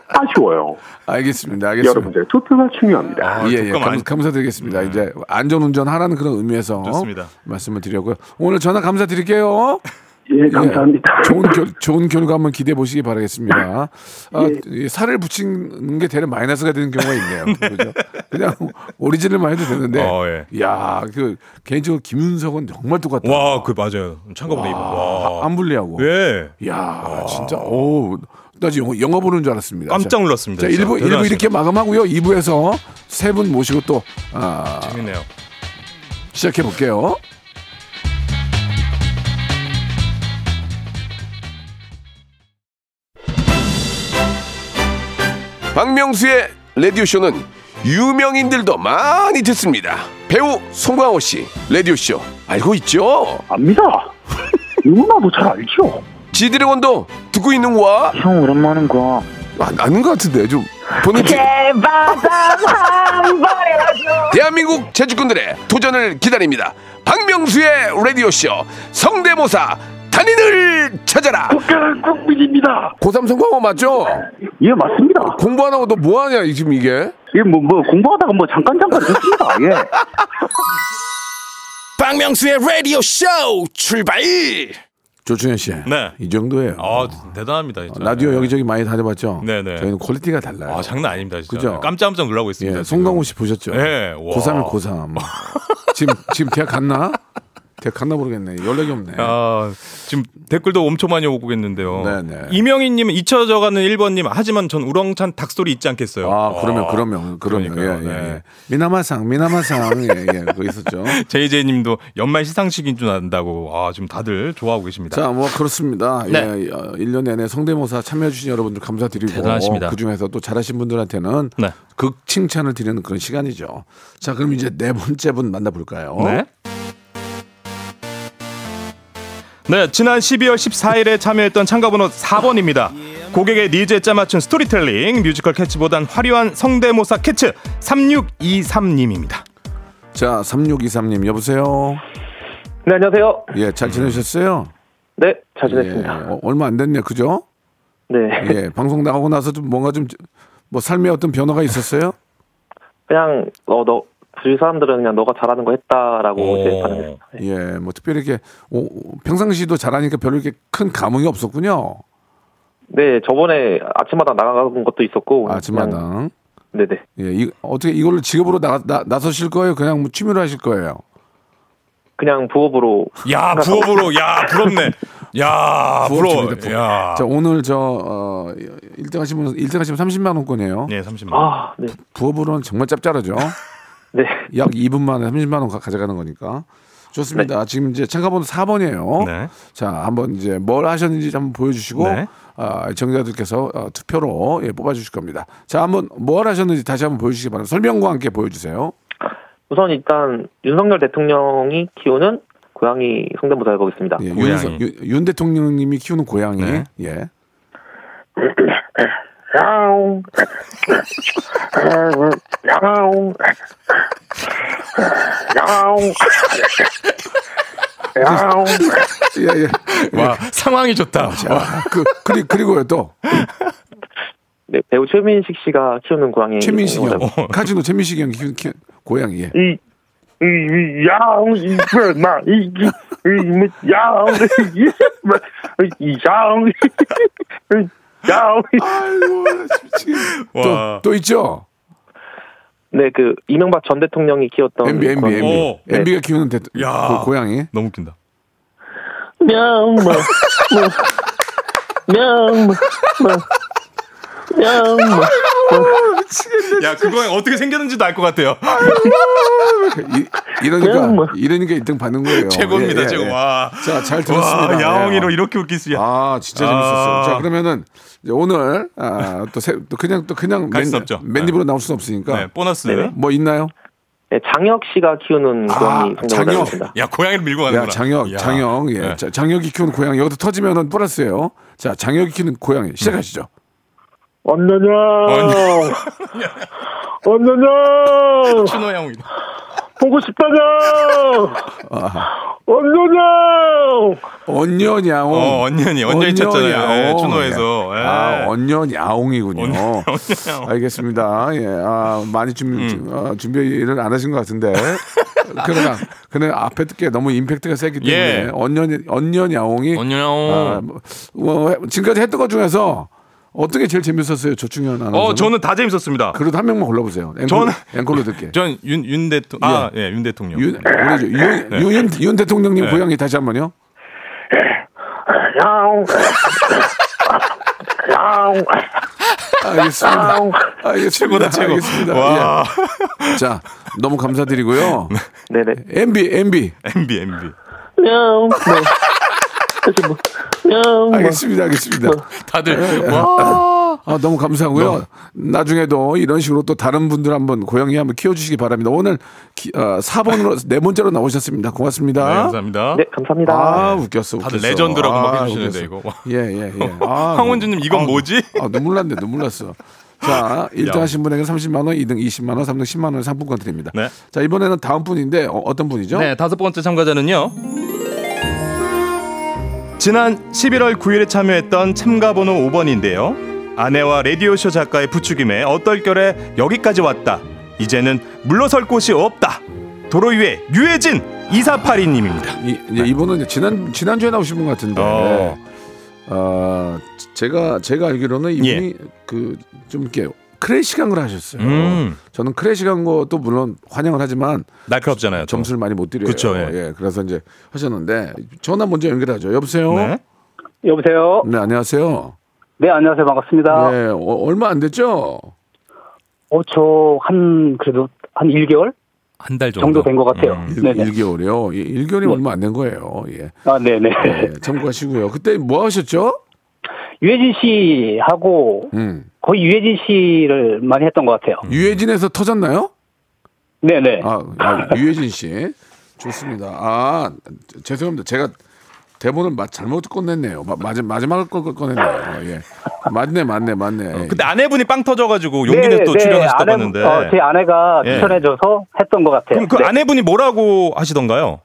Speaker 8: 아쉬워요.
Speaker 1: 알겠습니다. 알겠습니다.
Speaker 8: 여러분들 투표가 중요합니다.
Speaker 5: 아,
Speaker 1: 예, 예.
Speaker 5: 조금 안- 네.
Speaker 1: 감, 사드리겠습니다 이제 안전운전 하라는 그런 의미에서
Speaker 5: 좋습니다.
Speaker 1: 말씀을 드렸고요. 오늘 전화 감사드릴게요.
Speaker 8: 예, 감사합니다.
Speaker 1: 예, 좋은, 결, 좋은 결과 한번 기대해 보시기 바라겠습니다. 아,
Speaker 8: 예.
Speaker 1: 이 살을 붙이는 게 되려 마이너스가 되는 경우가 있네요. 그죠? 그냥 오리지널만 해도 되는데.
Speaker 5: 어, 예.
Speaker 1: 야, 그 개인적으로 김윤석은 정말 똑같다.
Speaker 5: 와, 그 맞아요. 참가보다 입은.
Speaker 1: 아,
Speaker 5: 와.
Speaker 1: 안 불리하고.
Speaker 5: 예.
Speaker 1: 야, 진짜 오. 나 지금 영화, 영화 보는 줄 알았습니다.
Speaker 5: 깜짝 놀랐습니다,
Speaker 1: 자,
Speaker 5: 진짜.
Speaker 1: 1부, 일부
Speaker 5: 대단하시네요.
Speaker 1: 이렇게 마감하고요. 2부에서 세 분 모시고 또 아,
Speaker 5: 재밌네요.
Speaker 1: 시작해 볼게요.
Speaker 9: 박명수의 라디오쇼는 유명인들도 많이 듣습니다. 배우 송강호 씨, 라디오쇼 알고 있죠?
Speaker 8: 압니다.
Speaker 10: 뭐
Speaker 8: 누구나도 잘 알죠.
Speaker 9: 지드래곤도 듣고 있는 와?
Speaker 10: 형 오랜만인 거.
Speaker 9: 아, 아닌 것 같은데 좀 보는 중.
Speaker 6: 네.
Speaker 9: 대한민국 재주꾼들의 도전을 기다립니다. 박명수의 라디오쇼 성대모사 단인을 찾아라.
Speaker 8: 국가는 국민입니다.
Speaker 9: 고3 송강호 맞죠?
Speaker 10: 예 맞습니다.
Speaker 9: 공부 안 하고 너 뭐 하냐 이- 지금 이게?
Speaker 10: 예 뭐 뭐 공부하다가 뭐 잠깐 잠깐 듣습니다. 예.
Speaker 2: 박명수의 라디오 쇼 출발.
Speaker 1: 조준현 씨.
Speaker 5: 네.
Speaker 1: 이 정도예요.
Speaker 5: 아, 대단합니다. 진짜.
Speaker 1: 라디오 여기저기 많이 다녀봤죠?
Speaker 5: 네, 네.
Speaker 1: 저희는 퀄리티가 달라요.
Speaker 5: 아, 장난 아닙니다. 진짜.
Speaker 1: 그죠?
Speaker 5: 깜짝깜짝 놀라고 있습니다.
Speaker 1: 예,
Speaker 5: 지금.
Speaker 1: 송강호 씨 보셨죠?
Speaker 5: 예, 와.
Speaker 1: 고3을 고3. 지금, 지금 대학 갔나? 대학 갔나 모르겠네. 연락이 없네.
Speaker 5: 아, 지금 댓글도 엄청 많이 오고 있는데요.
Speaker 1: 네네.
Speaker 5: 이명희 님은 잊혀져가는 1번 님 하지만 전 우렁찬 닭소리 있지 않겠어요.
Speaker 1: 아, 그러면, 그러면, 그러면.
Speaker 5: 그러니까요,
Speaker 1: 예, 예.
Speaker 5: 네.
Speaker 1: 미나마상, 미나마상. 예, 예. 그거 있었죠.
Speaker 5: 제이제이 님도 연말 시상식인 줄 안다고. 아, 지금 다들 좋아하고 계십니다.
Speaker 1: 자, 뭐, 그렇습니다.
Speaker 5: 네.
Speaker 1: 예, 어, 1년 내내 성대모사 참여해주신 여러분들 감사드리고.
Speaker 5: 대단하십니다.
Speaker 1: 그 중에서 또 잘하신 분들한테는
Speaker 5: 네.
Speaker 1: 극칭찬을 드리는 그런 시간이죠. 자, 그럼 이제 네 번째 분 만나볼까요?
Speaker 5: 네. 네, 지난 12월 14일에 참여했던 참가번호 4번입니다. 고객의 니즈에 짜맞춘 스토리텔링, 뮤지컬 캐치보단 화려한 성대모사 캐치 3623님입니다.
Speaker 1: 자, 3623님, 여보세요?
Speaker 10: 네 안녕하세요.
Speaker 1: 예,
Speaker 5: 음.
Speaker 1: 잘 지내셨어요?
Speaker 10: 네 잘
Speaker 1: 예, 어, 얼마 안 됐네, 그죠?
Speaker 10: 네
Speaker 1: 예, 방송 나가고 나서 좀 뭔가 좀 뭐 삶의 어떤 변화가 있었어요?
Speaker 10: 그냥 어너 주위 사람들은 그냥 너가 잘하는 거 했다라고 이제 반응했어요.
Speaker 1: 예, 뭐 특별히 이렇게 오, 오, 평상시도 잘하니까 별로 이렇게 큰 감흥이 없었군요.
Speaker 10: 네 저번에 아침마다 나가본 것도 있었고
Speaker 11: 네.
Speaker 10: 그냥-
Speaker 1: 아침마당.
Speaker 10: 네네
Speaker 1: 예, 이, 어떻게 이걸로 직업으로 나, 나, 나서실 거예요? 그냥 뭐 취미로 하실 거예요?
Speaker 10: 그냥 부업으로
Speaker 5: 야, 부업으로. 야, 부럽네. 야, 부러워.
Speaker 1: 부럽습니다, 부러워.
Speaker 5: 야.
Speaker 1: 자, 오늘 저 어, 1등 하시면 1등 하시면 30만 원권이에요.
Speaker 5: 예, 30만.
Speaker 10: 아네네 네.
Speaker 1: 부업으로는 정말 짭짤하죠. 약 2분 만에 30만 원 가- 가져가는 거니까. 좋습니다. 지금 이제 참가번호 4번이에요.
Speaker 5: 네.
Speaker 1: 자, 한번 이제 뭘 하셨는지 한번 보여주시고
Speaker 5: 네.
Speaker 1: 아, 청자들께서 어, 투표로 예, 뽑아주실 겁니다. 자, 한번 뭘 하셨는지 다시 한번 보여주시기 바랍니다. 설명과 함께 보여주세요.
Speaker 10: 우선 일단 윤석열 대통령이 키우는 고양이 성대모사 해보겠습니다.
Speaker 1: 예,
Speaker 5: 고양이.
Speaker 1: 윤석- 윤, 윤 대통령님이 키우는 고양이.
Speaker 5: 네.
Speaker 1: 예.
Speaker 10: 야옹. 야옹. 야옹. 야옹.
Speaker 1: 예, 예.
Speaker 5: 와, 상황이 좋다.
Speaker 1: 자, 그, 그리, 그리고요 또
Speaker 5: 음.
Speaker 10: 네, 배우 최민식 씨가 키우는 고양이.
Speaker 1: 최민식 형,
Speaker 10: 성대모사.
Speaker 5: 어.
Speaker 1: 카지노 최민식 형 키우는 키- 고양이. 예.
Speaker 10: 이, 이, 이, 야옹, 이, 뭐, 마, 이, 이, 이, 뭐, 야옹, 이, 뭐, 이, 야옹, 이, 야옹.
Speaker 1: 아이고, 미치겠네.
Speaker 5: 와.
Speaker 1: 또, 또 있죠.
Speaker 10: 네, 그, 이명박 전 대통령이 키웠던.
Speaker 1: MB, MB,
Speaker 10: 고양이.
Speaker 1: MB.
Speaker 5: 오.
Speaker 1: MB가 키우는 대,
Speaker 5: 어. 네. 야.
Speaker 1: 고, 고양이.
Speaker 5: 너무 웃긴다.
Speaker 10: 야옹, 뭐, 뭐, 야옹, 뭐, 뭐, 야옹, 뭐.
Speaker 5: 야, 그거 어떻게 생겼는지도 알 것 같아요.
Speaker 1: 이, 이러니까
Speaker 10: 그냥 뭐.
Speaker 1: 이러니까 1등 받는 거예요.
Speaker 5: 최고입니다,
Speaker 1: 예, 예,
Speaker 5: 최고.
Speaker 1: 예.
Speaker 5: 와.
Speaker 1: 자, 잘 들었습니다.
Speaker 5: 와, 야옹이로
Speaker 1: 예.
Speaker 5: 이렇게 웃길 수야.
Speaker 1: 아, 진짜
Speaker 5: 아.
Speaker 1: 재밌었어요. 자, 그러면은 이제 오늘 아, 또, 세, 또 그냥 또 그냥
Speaker 5: 갈
Speaker 1: 맨
Speaker 5: 순 없죠.
Speaker 1: 맨 입으로 나올 수 없으니까
Speaker 5: 네, 보너스.
Speaker 1: 뭐 있나요?
Speaker 10: 네, 장혁 씨가 키우는
Speaker 1: 아,
Speaker 10: 고양이
Speaker 1: 장혁.
Speaker 10: 성대모사 있습니다.
Speaker 5: 야, 고양이를 밀고 가는구나.
Speaker 1: 야, 장혁,
Speaker 5: 야.
Speaker 1: 장혁, 예,
Speaker 5: 네.
Speaker 1: 자, 장혁이 키우는 고양이 여기서 터지면은 플러스예요. 자, 장혁이 키우는 고양이 시작하시죠.
Speaker 10: 언느냐
Speaker 5: 어,
Speaker 11: 어,
Speaker 5: 언-
Speaker 10: 언느냐
Speaker 5: 추노 야옹이다.
Speaker 1: 아.
Speaker 10: 보고 싶다냐 언제냐?
Speaker 1: 언년야옹.
Speaker 5: 어, 언년이, 언년이 쳤잖아요. 예, 추노에서. 예.
Speaker 1: 아, 언년야옹이군요. 알겠습니다. 예, 아, 많이 준비,
Speaker 5: 음.
Speaker 1: 아, 준비를 안 하신 것 같은데. 그러나, 그러나 앞에 게 너무 임팩트가 세기 때문에.
Speaker 5: 예.
Speaker 1: 언년, 언년야옹이.
Speaker 5: 언년야옹.
Speaker 1: 아, 뭐, 뭐, 지금까지 했던 것 중에서 어떤 게 제일 재밌었어요? 조충현 아나운서.
Speaker 5: 어, 저는 다 재밌었습니다.
Speaker 1: 그래도 한 명만 골라보세요. 앵콜,
Speaker 5: 저는-
Speaker 1: 앵콜로 듣게.
Speaker 5: 전 윤, 윤 대통령. 아, 예, 윤 대통령.
Speaker 1: 윤, 우리 저- 윤,
Speaker 5: 네.
Speaker 1: 윤, 윤- 윤 대통령님
Speaker 5: 네.
Speaker 1: 고향이 다시 한 번요.
Speaker 10: 야옹. 야옹.
Speaker 1: 알겠습니다.
Speaker 10: 야옹.
Speaker 1: 알겠습니다.
Speaker 5: 최고다, 최고.
Speaker 1: 알겠습니다.
Speaker 5: 와.
Speaker 1: 예. 자, 너무 감사드리고요.
Speaker 10: 네네.
Speaker 1: MB, MB.
Speaker 5: MB, MB.
Speaker 10: 야옹. 뭐. 그래서 뭐. 야옹. 뭐.
Speaker 1: 알겠습니다, 알겠습니다. 예.
Speaker 5: 다들, 와.
Speaker 1: 아, 너무 감사하고요. 나중에도 이런 식으로 또 다른 분들 한번 고양이 한번 키워주시기 바랍니다. 오늘 기, 아, 4번으로 네 번째로 나오셨습니다.
Speaker 5: 네,
Speaker 1: 고맙습니다.
Speaker 5: 감사합니다.
Speaker 10: 네, 감사합니다.
Speaker 1: 아, 웃겼어, 웃겼어.
Speaker 5: 다들 레전드라고 막
Speaker 1: 웃겼어.
Speaker 5: 해주시는데, 이거.
Speaker 1: 예, 예, 예. 아,
Speaker 5: 황원주님, 이건 뭐지?
Speaker 1: 아, 눈물 났네, 눈물 났어. 자, 1등
Speaker 5: 야.
Speaker 1: 하신 분에게 30만원, 2등 20만원, 3등 10만원 상품권 드립니다.
Speaker 5: 네.
Speaker 1: 자, 이번에는 다음 분인데, 어, 떤 분이죠?
Speaker 5: 네, 다섯 번째 참가자는요. 지난 11월 9일에 참여했던 참가 번호 5번인데요. 아내와 라디오쇼 작가의 부추김에 어떨결에 여기까지 왔다. 이제는 물러설 곳이 없다. 도로 위에 유해진 2482님입니다.
Speaker 1: 이, 이제 이분은 이제 지난, 지난주에 나오신 분 같은데,
Speaker 5: 네.
Speaker 1: 네.
Speaker 5: 어.
Speaker 1: 아, 제가, 제가 알기로는 이분이 그, 좀 이렇게 크래시 광고를 하셨어요.
Speaker 5: 예.
Speaker 11: 네.
Speaker 5: 음.
Speaker 1: 저는 크래시 광고도 물론 환영을 하지만
Speaker 5: 날카롭잖아요. 또.
Speaker 1: 점수를 많이 못 드려요.
Speaker 5: 그쵸, 예.
Speaker 1: 예. 그래서 이제 하셨는데, 전화 먼저 연결하죠. 여보세요?
Speaker 5: 네.
Speaker 11: 여보세요.
Speaker 1: 네, 안녕하세요.
Speaker 11: 네, 안녕하세요. 반갑습니다.
Speaker 1: 네, 어, 얼마 안 됐죠?
Speaker 11: 어, 저 한 그래도 한 1개월
Speaker 5: 한 달
Speaker 11: 정도 된 것 같아요.
Speaker 1: 음.
Speaker 11: 네, 네.
Speaker 1: 1개월이요. 1개월이 얼마 안 된 거예요. 예.
Speaker 11: 아, 네, 네.
Speaker 1: 예, 참고하시고요. 그때 뭐 하셨죠?
Speaker 11: 유해진 씨하고
Speaker 1: 음.
Speaker 11: 거의 유해진 씨를 많이 했던 것 같아요.
Speaker 1: 유해진에서 터졌나요?
Speaker 11: 네, 네.
Speaker 1: 아, 아, 유해진 씨. 좋습니다. 아, 죄송합니다. 제가 대본을 마, 잘못 꺼냈네요. 마, 마지, 마지막 걸 꺼냈네요. 예. 맞네, 맞네, 맞네.
Speaker 11: 어,
Speaker 5: 근데 아내분이 빵 터져가지고 용기내 또 출연하셨다고
Speaker 11: 네, 아내,
Speaker 5: 하는데.
Speaker 11: 어, 제 아내가
Speaker 5: 예.
Speaker 11: 추천해줘서 했던 것 같아요.
Speaker 5: 그럼 그
Speaker 11: 네.
Speaker 5: 아내분이 뭐라고 하시던가요?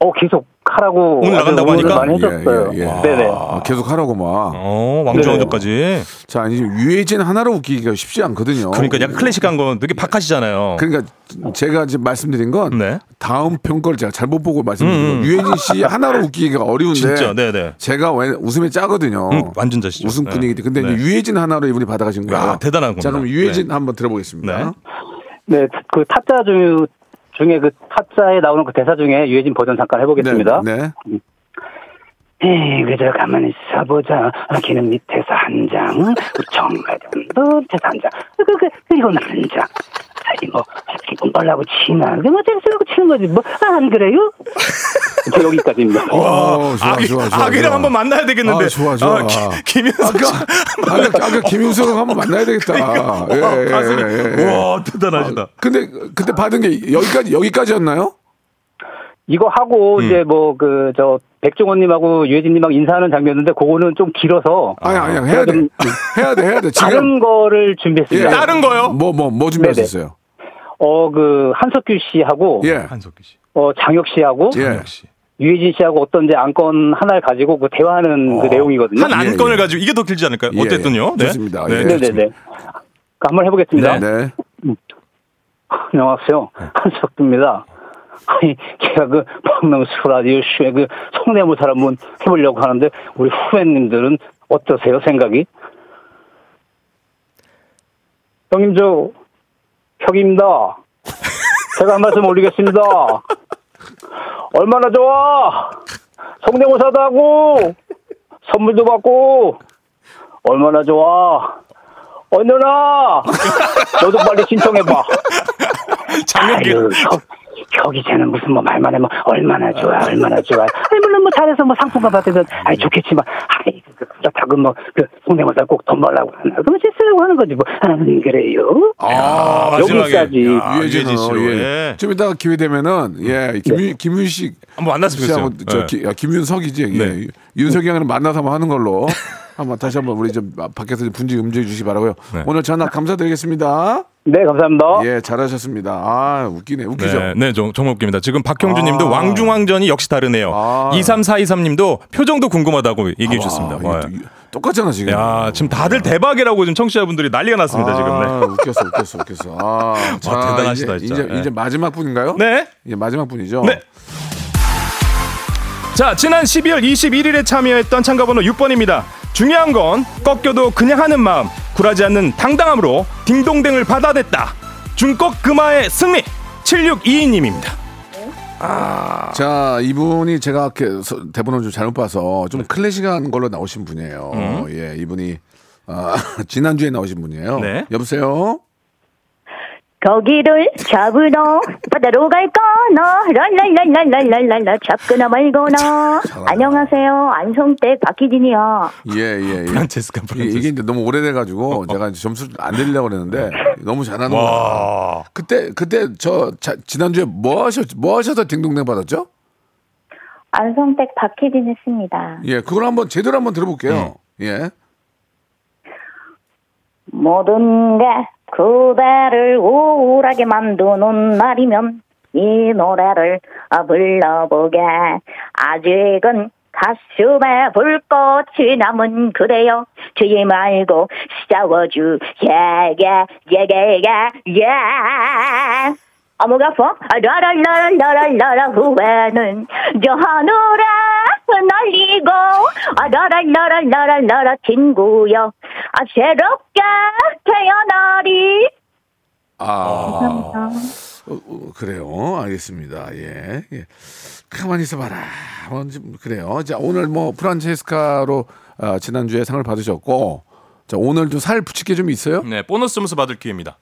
Speaker 11: 어, 계속 하라고
Speaker 5: 오늘
Speaker 11: 아주
Speaker 5: 나간다고
Speaker 11: 응원을
Speaker 5: 하니까?
Speaker 11: 많이 해줬어요.
Speaker 1: 예, 예, 예.
Speaker 11: 네, 네.
Speaker 1: 아, 계속 하라고 막.
Speaker 5: 어, 왕중왕조까지.
Speaker 1: 자, 이제 유해진 하나로 웃기기가 쉽지 않거든요.
Speaker 11: 어.
Speaker 5: 그러니까 약간 클래식한 건 되게 박하시잖아요.
Speaker 1: 그러니까 제가 지금 말씀드린 건
Speaker 5: 네.
Speaker 1: 다음 평가를 제가 잘못 보고 말씀드린
Speaker 5: 음.
Speaker 1: 거 유해진 씨 하나로 웃기기가 어려운데
Speaker 5: 진짜, 네네.
Speaker 1: 제가 왜 웃음이 짜거든요.
Speaker 5: 음, 완전 짜시죠.
Speaker 1: 웃음 뿐이기
Speaker 5: 네.
Speaker 1: 때문에 근데 이제
Speaker 5: 네.
Speaker 1: 유해진 하나로 이분이 받아가신 거예요.
Speaker 5: 야, 대단한
Speaker 1: 자,
Speaker 5: 겁니다.
Speaker 1: 그럼 유해진 한번 들어보겠습니다.
Speaker 5: 네.
Speaker 11: 네, 그 타짜 중, 중에 그 타짜에 나오는 그 대사 중에 유해진 버전 잠깐 해보겠습니다.
Speaker 1: 네. 네.
Speaker 11: 에이, 그저 가만히 있어보자. 아, 걔는 밑에서 한 장, 그 정가장도 밑에서 한 장, 그, 그, 그리고는 한 장. 아니, 뭐, 기분 벌라고 치나. 그게 뭐, 재밌으려고 치는 거지. 뭐, 아, 안 그래요? 저 여기까지입니다.
Speaker 1: 어, 좋아,
Speaker 5: 아기,
Speaker 1: 좋아, 좋아,
Speaker 5: 아기랑
Speaker 1: 좋아.
Speaker 5: 한번 만나야 되겠는데.
Speaker 1: 아, 좋아, 좋아.
Speaker 5: 김, 김윤석
Speaker 1: 아까,
Speaker 5: 씨.
Speaker 1: 아까, 아까 김윤석을 한번 만나야 되겠다. 예,
Speaker 5: 그러니까. 와,
Speaker 1: 예,
Speaker 5: 가슴이.
Speaker 1: 예, 예.
Speaker 5: 와, 대단하시다.
Speaker 1: 근데 그때 받은 게 여기까지 여기까지였나요?
Speaker 11: 이거 하고,
Speaker 1: 음.
Speaker 11: 이제 뭐, 그, 저, 백종원님하고 유혜진님하고 인사하는 장면인데, 그거는 좀 길어서,
Speaker 1: 아니 아니 해야 돼
Speaker 11: 좀-
Speaker 1: 해야 돼 해야 돼 지금
Speaker 11: 다른 거를 준비했습니다.
Speaker 5: 다른 거요?
Speaker 1: 뭐 뭐 뭐 준비하셨어요?
Speaker 11: 어, 그, 한석규 씨하고,
Speaker 1: 예
Speaker 5: 한석규 씨.
Speaker 11: 어, 장혁 씨하고,
Speaker 1: 예.
Speaker 5: 한혁 씨.
Speaker 11: 유해진 씨하고 어떤 이제 안건 하나를 가지고 그 대화하는 그 내용이거든요.
Speaker 5: 한
Speaker 1: 예,
Speaker 5: 안건을
Speaker 1: 예.
Speaker 5: 가지고 이게 더 길지 않을까요?
Speaker 1: 예,
Speaker 5: 어쨌든요. 네.
Speaker 1: 좋습니다.
Speaker 5: 네.
Speaker 1: 예.
Speaker 5: 네.
Speaker 11: 네네네. 그 한번 해보겠습니다.
Speaker 1: 네.
Speaker 11: 안녕하세요. 한석규입니다. 아니, 제가 그 박명수 라디오 쇼에 그 성대모사를 한번 해보려고 하는데, 우리 후배님들은 어떠세요, 생각이? 형님, 저, 혁입니다. 제가 한 말씀 올리겠습니다. 얼마나 좋아! 성대모사도 하고, 선물도 받고, 얼마나 좋아! 어, 누나! 너도 빨리 신청해봐. 아유,
Speaker 5: 장혁이.
Speaker 11: 저- 저기 쟤는 무슨 뭐 말만 하면 얼마나 좋아, 얼마나 좋아. 아니, 물론 뭐 잘해서 뭐 상품권 받으면, 아니, 좋겠지만, 아이, 그, 그, 그렇다고 뭐, 그, 성대모사 꼭돈 벌라고 하나. 그러면 실수라고 하는 거지, 뭐. 아, 그래요?
Speaker 1: 아,
Speaker 11: 여기까지.
Speaker 5: 야,
Speaker 1: 유해진 씨로.
Speaker 5: 유해진 씨로.
Speaker 1: 예.
Speaker 5: 예. 음.
Speaker 1: 좀 이따가 기회 되면은 예 김윤 김윤식
Speaker 5: 한번 만났으면
Speaker 1: 씨하고
Speaker 5: 좋겠어요.
Speaker 1: 저
Speaker 5: 예.
Speaker 1: 기- 아, 김윤석이지 예.
Speaker 5: 네.
Speaker 1: 윤석이 형이랑 만나서 한번 하는 걸로 아, 한번 다시 한번 우리 좀 밖에서 좀 분위기 움직여 주시기 바라고요.
Speaker 5: 네.
Speaker 1: 오늘 전화 감사드리겠습니다.
Speaker 11: 네, 감사합니다.
Speaker 1: 예, 잘하셨습니다. 아, 웃기네. 웃기죠?
Speaker 5: 네, 네 정, 정말 웃깁니다. 지금 박형준
Speaker 1: 아.
Speaker 5: 님도 왕중왕전이 역시 다르네요.
Speaker 1: 아.
Speaker 5: 23423 님도 표정도 궁금하다고 얘기해 주셨습니다. 와.
Speaker 1: 아, 똑같잖아, 지금.
Speaker 5: 야, 지금 다들 대박이라고 지금 청취자분들이 난리가 났습니다,
Speaker 1: 아,
Speaker 5: 지금. 네.
Speaker 1: 웃겼어, 웃겼어, 웃겼어. 아,
Speaker 5: 대단하시다,
Speaker 1: 이제,
Speaker 5: 진짜.
Speaker 1: 이제,
Speaker 5: 네.
Speaker 1: 이제 마지막 분인가요?
Speaker 5: 네.
Speaker 1: 이제 마지막 분이죠?
Speaker 5: 네. 자, 지난 12월 21일에 참여했던 참가번호 6번입니다. 중요한 건 꺾여도 그냥 하는 마음, 굴하지 않는 당당함으로 딩동댕을 받아냈다. 중꺾 금화의 승리 7622님입니다.
Speaker 1: 자, 이분이 제가 이렇게 서- 대본을 좀 잘못 봐서 좀 클래식한 걸로 나오신 분이에요.
Speaker 5: 음.
Speaker 1: 예, 이분이 아, 지난주에 나오신 분이에요.
Speaker 5: 네.
Speaker 1: 여보세요?
Speaker 12: 거기를 잡으러 바다로 갈 거나 랄랄랄랄랄랄랄라 잡거나 말거나 안녕하세요 안성댁 박희진이요
Speaker 1: 예, 예, 예. 프란체스카, 프란체스카. 이게 이제 너무 오래돼가지고 제가 이제 점수 안 드리려고 그랬는데 너무 잘하는 거
Speaker 5: 와.
Speaker 1: 같아요. 그때, 그때 저 자- 지난주에 뭐 하셨, 뭐 하셔서 딩동댕 받았죠?
Speaker 12: 안성댁 박희진 했습니다
Speaker 1: 예, 그걸 한번 제대로 한번 들어볼게요. 예.
Speaker 12: 모든 게 그대를 우울하게 만드는 날이면 이 노래를 불러보게 아직은 가슴에 불꽃이 남은 그래요 주의 말고 싸워주 예예 예예예 예 아무가 퍼 라라라라라라라 후회는 저 하늘에 날리고 라라라라라라라 친구여 아 새롭게 태어나리
Speaker 1: 아. 어, 어, 그래요. 알겠습니다. 예. 예. 가만히 있어봐라. 어, 좀 그래요. 자, 오늘 뭐 프란체스카로 아, 지난주에 상을 받으셨고, 자, 오늘 좀 살 붙일 게 좀 있어요?
Speaker 5: 네, 보너스 점수 받을 기회입니다.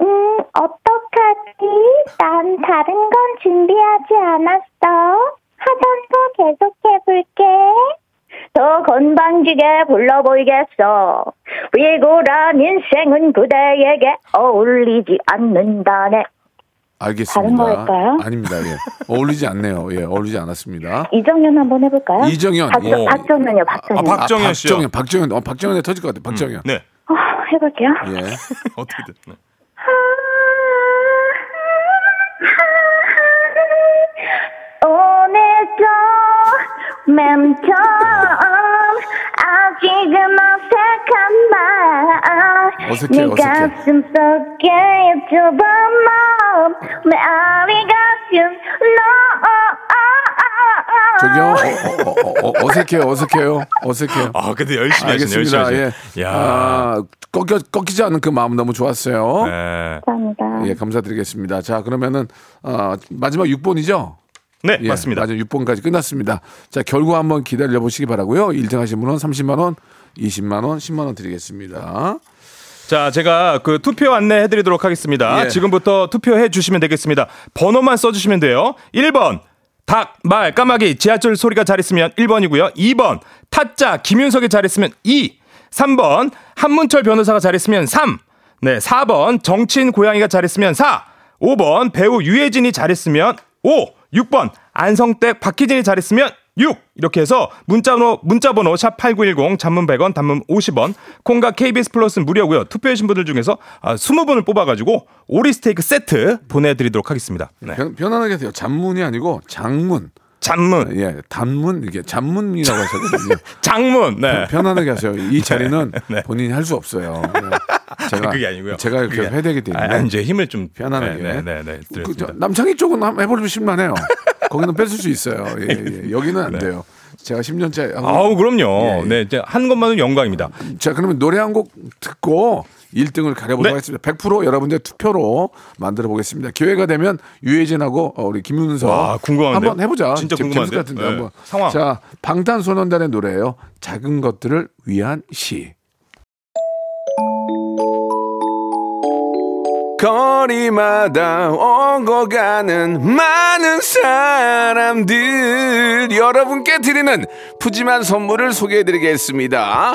Speaker 13: 음, 어떡하지? 난 다른 건 준비하지 않았어. 하던 거 계속해볼게.
Speaker 12: 더 건방지게 불러보이겠어 위고란 인생은 그대에게 어울리지 않는다네 다른
Speaker 1: 알겠습니다.
Speaker 12: 거일까요? 아,
Speaker 1: 아닙니다. 예. 어울리지 않네요. 예, 어울리지 않았습니다.
Speaker 12: 이정현 한번 해볼까요?
Speaker 1: 이정현.
Speaker 12: 박,
Speaker 1: 오.
Speaker 12: 박정현이요 박정현
Speaker 1: 어. 아, 박정현, 박정현. 어, 박정현에 터질 것 같아요. 박정현.
Speaker 5: 네.
Speaker 12: 어, 해볼게요
Speaker 1: 예.
Speaker 5: 어떻게든. 네.
Speaker 13: 오늘도 맴처 아직은 어색한 말
Speaker 10: 어색해,
Speaker 13: 네
Speaker 10: 어색해.
Speaker 13: 가슴 속에 좁은 마음 메아리 가슴
Speaker 1: 저기요. 어, 어, 어, 어, 어색해요. 어색해요. 어색해요.
Speaker 5: 아, 근데 열심히 하시네,
Speaker 1: 알겠습니다.
Speaker 5: 열심히
Speaker 1: 예.
Speaker 5: 하시네. 야.
Speaker 1: 아, 꺾여, 꺾이지 않은 그 마음 너무 좋았어요.
Speaker 5: 네. 아.
Speaker 13: 감사합니다.
Speaker 5: 어.
Speaker 1: 예, 감사드리겠습니다. 자, 그러면은 어, 마지막 6번이죠?
Speaker 5: 네,
Speaker 1: 맞습니다. 마지막 6번까지 끝났습니다. 자, 결과 한번 기다려 보시기 바라고요. 1등 하신 분은 30만 원, 20만 원, 10만 원 드리겠습니다.
Speaker 5: 자, 제가 그 투표 안내해 드리도록 하겠습니다.
Speaker 1: 예.
Speaker 5: 지금부터 투표해 주시면 되겠습니다. 번호만 써 주시면 돼요. 1번 닭, 말, 까마귀, 지하철 소리가 잘했으면 1번이고요. 2번 타짜, 김윤석이 잘했으면 2. 3번 한문철 변호사가 잘했으면 3. 네, 4번 정치인 고양이가 잘했으면 4. 5번 배우 유해진이 잘했으면 5. 6번 안성댁 박희진이 잘했으면 6 이렇게 해서 문자번호 문자번호 샵 8910 단문 100원 단문 50원 콩과 KBS 플러스는 무료고요 투표해주신 분들 중에서 아, 20분을 뽑아가지고 오리 스테이크 세트 보내드리도록 하겠습니다 네.
Speaker 1: 편, 편안하게 하세요. 잔문이 아니고 장문.
Speaker 5: 잔문.
Speaker 1: 예, 단문 이게 잔문이라고 하셨거든요.
Speaker 5: 장문. 네.
Speaker 1: 편, 안하게 하세요. 이 자리는 본인이 할 수 없어요. 예.
Speaker 5: 아니, 그게 아니고요.
Speaker 1: 제가 이렇게
Speaker 5: 그게 아니-
Speaker 1: 회되기 때문에
Speaker 5: 아, 이제 힘을 좀
Speaker 1: 편안하게.
Speaker 5: 네, 네, 네, 네,
Speaker 1: 그, 저, 남창희 쪽은 한번 해보면 실만해요. 거기는 뺏을 수 있어요. 예, 예. 여기는 안
Speaker 5: 네.
Speaker 1: 돼요. 제가 10년째.
Speaker 5: 아우
Speaker 1: 예,
Speaker 5: 그럼요 네 이제 한 것만은 영광입니다
Speaker 1: 자, 그러면 노래 한 곡 듣고 1등을 가려보도록
Speaker 9: 네.
Speaker 1: 하겠습니다. 100% 여러분들 투표로 만들어 보겠습니다. 기회가 되면 유해진하고 어, 우리 김윤서
Speaker 5: 와, 궁금한데요?
Speaker 1: 한번 해보자.
Speaker 5: 진짜
Speaker 1: 재-
Speaker 5: 궁금한데요?
Speaker 1: 재밌을 것 같은데
Speaker 5: 네.
Speaker 1: 한번.
Speaker 5: 상황.
Speaker 1: 자, 방탄소년단의 노래예요. 작은 것들을 위한 시.
Speaker 9: 거리마다 오고 가는 많은 사람들 여러분께 드리는 푸짐한 선물을 소개해드리겠습니다.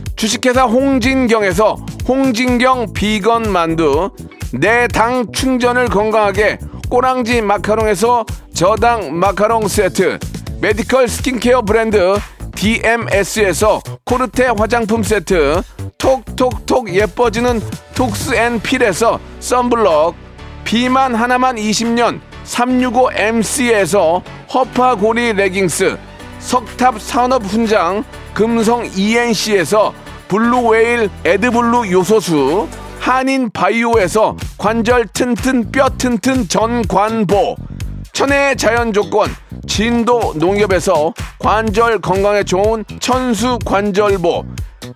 Speaker 9: 주식회사 홍진경에서 홍진경 비건 만두 내 당 충전을 건강하게 꼬랑지 마카롱에서 저당 마카롱 세트 메디컬 스킨케어 브랜드 DMS에서 코르테 화장품 세트 톡톡톡 예뻐지는 톡스앤필에서 썬블럭 비만 하나만 20년 365MC에서 허파고리 레깅스 석탑 산업 훈장 금성 ENC에서 블루웨일 에드블루 요소수 한인 바이오에서 관절 튼튼 뼈 튼튼 전관보 천혜의 자연 조건 진도 농협에서 관절 건강에 좋은 천수 관절보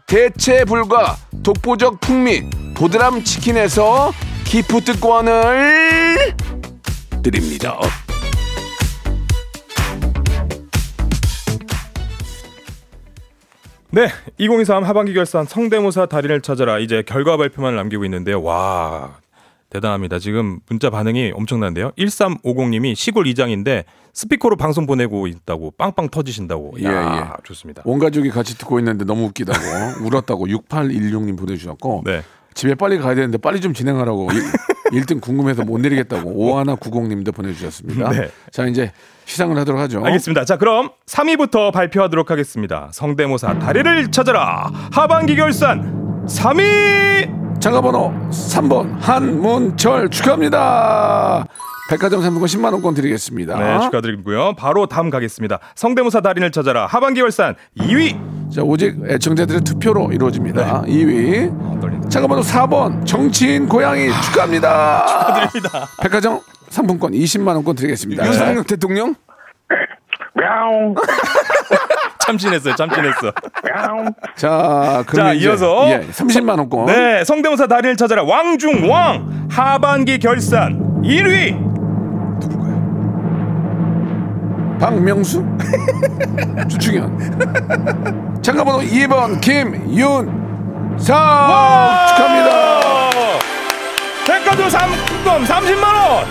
Speaker 9: 대체 불과 독보적 풍미 보드람 치킨에서 기프트권을 드립니다.
Speaker 5: 네, 2023 하반기 결산 성대모사 달인을 찾아라 이제 결과 발표만 남기고 있는데요. 와 대단합니다. 지금 문자 반응이 엄청난데요. 1350님이 시골 이장인데 스피커로 방송 보내고 있다고 빵빵 터지신다고.
Speaker 1: 예,
Speaker 5: 이야,
Speaker 1: 예.
Speaker 5: 좋습니다.
Speaker 1: 온 가족이 같이 듣고 있는데 너무 웃기다고 울었다고 6816님 보내주셨고
Speaker 5: 네,
Speaker 1: 집에 빨리 가야 되는데 빨리 좀 진행하라고 1등 궁금해서 못 내리겠다고 5190님도 보내주셨습니다.
Speaker 5: 네.
Speaker 1: 자 이제 시상을 하도록 하죠.
Speaker 5: 알겠습니다. 자, 그럼 3위부터 발표하도록 하겠습니다. 성대모사 다리를 찾아라. 하반기 결산 3위.
Speaker 1: 장가번호 3번 한문철 축하합니다. 백화점 상품권 10만 원권 드리겠습니다.
Speaker 5: 네, 축하드리고요. 바로 다음 가겠습니다. 성대모사 달인을 찾아라. 하반기 결산 2위.
Speaker 1: 자, 오직 애청자들의 투표로 이루어집니다.
Speaker 5: 네.
Speaker 1: 2위. 장가번호 4번 정치인 고양이 축하합니다.
Speaker 5: 아, 축하드립니다. 네.
Speaker 1: 백화점 상품권 20만 원권 드리겠습니다. 네. 윤석열 대통령
Speaker 10: 야옹.
Speaker 5: 참신했어요. 참신했어.
Speaker 1: 자, 그럼
Speaker 5: 자,
Speaker 1: 이제,
Speaker 5: 이어서
Speaker 1: 예, 30만 원권.
Speaker 5: 네, 성대모사 달인을 찾아라. 왕중왕 하반기 결산 1위.
Speaker 1: 박명수 주충현 장가번호 2번 김윤상 아, 축하합니다.
Speaker 5: 백화점 상품 30만 원.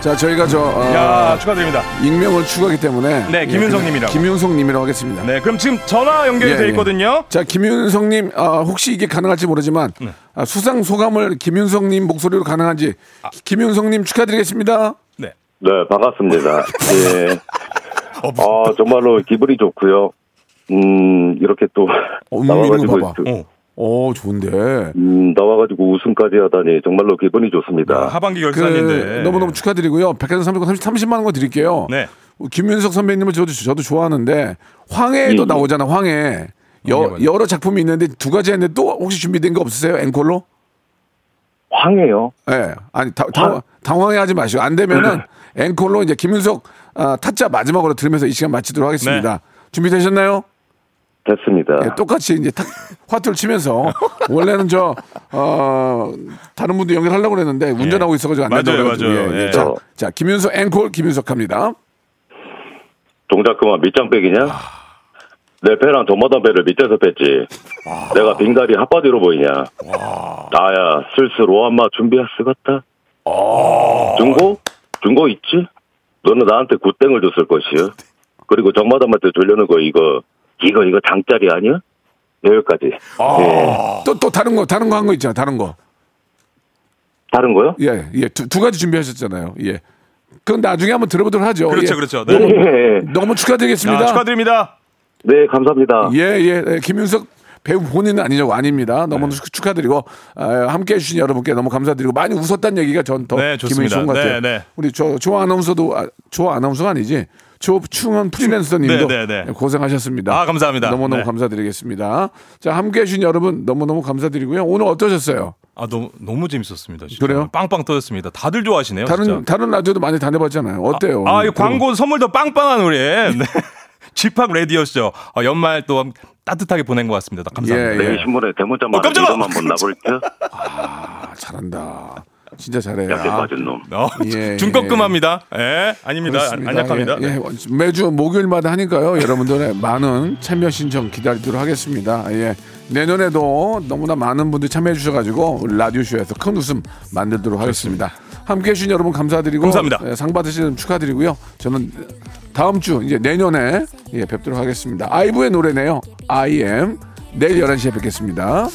Speaker 1: 자, 저희가 저 어,
Speaker 5: 야, 축하드립니다.
Speaker 1: 익명을 추구하기 때문에 예,
Speaker 5: 네, 김윤성님이라고.
Speaker 1: 김윤성님이라고 하겠습니다.
Speaker 5: 네, 그럼 지금 전화 연결이
Speaker 1: 예,
Speaker 5: 돼
Speaker 1: 예.
Speaker 5: 있거든요.
Speaker 1: 자, 김윤성님, 아, 혹시 이게 가능할지 모르지만 아, 수상 소감을 김윤성님 목소리로 가능한지 김윤성님 축하드리겠습니다.
Speaker 5: 네.
Speaker 7: 네, 반갑습니다. 예.
Speaker 1: 어,
Speaker 7: 아, 정말로 기분이 좋고요. 음, 이렇게 또
Speaker 1: 어,
Speaker 7: 나와가지고
Speaker 1: 봐봐.
Speaker 7: 그-
Speaker 5: 어,
Speaker 1: 오, 좋은데.
Speaker 7: 음, 나와가지고 우승까지 하다니 정말로 기분이
Speaker 1: 네,
Speaker 7: 좋습니다.
Speaker 1: 그, 너무너무 축하드리고요. 백화점 상품권 30, 30만 원 거 드릴게요.
Speaker 5: 네.
Speaker 1: 어, 김윤석 선배님을 저도, 저도 좋아하는데 황해도
Speaker 7: 예,
Speaker 1: 나오잖아, 황해. 여, 여러 작품이 있는데 두 가지 했는데 또 혹시 준비된 거 없으세요? 앵콜로?
Speaker 7: 황해요.
Speaker 1: 예. 아니, 다, 당, 당황해 하지 마시고. 안 되면은 앵콜로 이제 김윤석 아, 타짜 마지막으로 들으면서 이 시간 마치도록 하겠습니다. 준비되셨나요?
Speaker 7: 됐습니다.
Speaker 1: 예, 똑같이 이제 탁 화투를 치면서 원래는 저 어, 다른 분도 연결하려고 그랬는데 운전하고 있어가지고 안
Speaker 5: 예. 맞아요,
Speaker 1: 된다고 그래가지고.
Speaker 5: 맞아요. 예.
Speaker 1: 자, 자 김윤석 앵콜 김윤석 합니다.
Speaker 7: 동작 그만 밑장 빼기냐?
Speaker 5: 아.
Speaker 7: 내 배랑 전마담 배를 밑에서 뺐지. 내가 빙다리 핫바디로 보이냐? 나야 슬슬 오한마 준비할 수 같다.
Speaker 5: 아.
Speaker 7: 중고? 중고 있지? 너는 나한테 굿땡을 줬을 것이요. 그리고 정마담한테 돌려는 거 이거 이거 이거 장짜리 아니야? 여기까지.
Speaker 5: 아.
Speaker 7: 예.
Speaker 1: 또 또 어, 다른 거 다른 거 한 거 있잖아. 다른 거.
Speaker 7: 다른 거요?
Speaker 1: 예, 예. 두, 두 가지 준비하셨잖아요. 예. 그건 나중에 한번 들어보도록 하죠.
Speaker 5: 그렇죠,
Speaker 1: 예.
Speaker 5: 그렇죠. 네.
Speaker 1: 너무, 너무 축하드리겠습니다.
Speaker 5: 야, 축하드립니다.
Speaker 7: 네, 감사합니다.
Speaker 1: 예, 예. 예, 김윤석 배우 본인은 아니죠. 아닙니다. 너무
Speaker 5: 네.
Speaker 1: 축- 축하드리고 아, 함께 해주신 여러분께 너무 감사드리고 많이 웃었다는 얘기가 전 더
Speaker 5: 네,
Speaker 1: 기분이
Speaker 5: 좋습니다.
Speaker 1: 좋은 것 같아요.
Speaker 5: 네, 네.
Speaker 1: 우리 조, 조 아나운서도 아, 조 아나운서가 아니지. 조충현 프리랜서님도
Speaker 5: 네, 네, 네.
Speaker 1: 고생하셨습니다.
Speaker 5: 아, 감사합니다.
Speaker 1: 너무너무
Speaker 5: 네.
Speaker 1: 감사드리겠습니다. 자, 함께해 주신 여러분 너무너무 감사드리고요. 오늘 어떠셨어요?
Speaker 5: 아 너무 너무 재밌었습니다. 진짜.
Speaker 1: 그래요?
Speaker 5: 빵빵 터졌습니다. 다들 좋아하시네요.
Speaker 1: 다른
Speaker 5: 진짜.
Speaker 1: 다른 라디오도 많이 다녀봤잖아요. 어때요? 예,
Speaker 5: 아, 이
Speaker 1: 오늘
Speaker 5: 광고 선물도 빵빵한 우리 네. 집합 라디오쇼 아, 연말 또 따뜻하게 보낸 것 같습니다.
Speaker 1: 예,
Speaker 5: 감사합니다.
Speaker 7: 내일 신문에 대문자
Speaker 5: 어,
Speaker 7: 말한
Speaker 5: 깜짝아!
Speaker 7: 이름만 못 나볼 듯.
Speaker 1: 아, 잘한다. 진짜 잘해.
Speaker 7: 약대
Speaker 1: 아,
Speaker 7: 빠진 놈.
Speaker 5: 어,
Speaker 1: 예,
Speaker 5: 중꺾음합니다. 예, 아닙니다.
Speaker 1: 그렇습니다.
Speaker 5: 안약합니다.
Speaker 1: 예, 예.
Speaker 5: 네.
Speaker 1: 매주 목요일마다 하니까요. 여러분들의 많은 참여 신청 기다리도록 하겠습니다. 예. 내년에도 너무나 많은 분들이 참여해 주셔가지고 우리 라디오쇼에서 큰 웃음 만들도록 하겠습니다. 함께해 주신 여러분 감사드리고
Speaker 5: 감사합니다.
Speaker 1: 예, 상 받으시는 축하드리고요. 저는 다음 주 이제 내년에 예, 뵙도록 하겠습니다. 아이브의 노래네요. I am 내일 11시에 뵙겠습니다.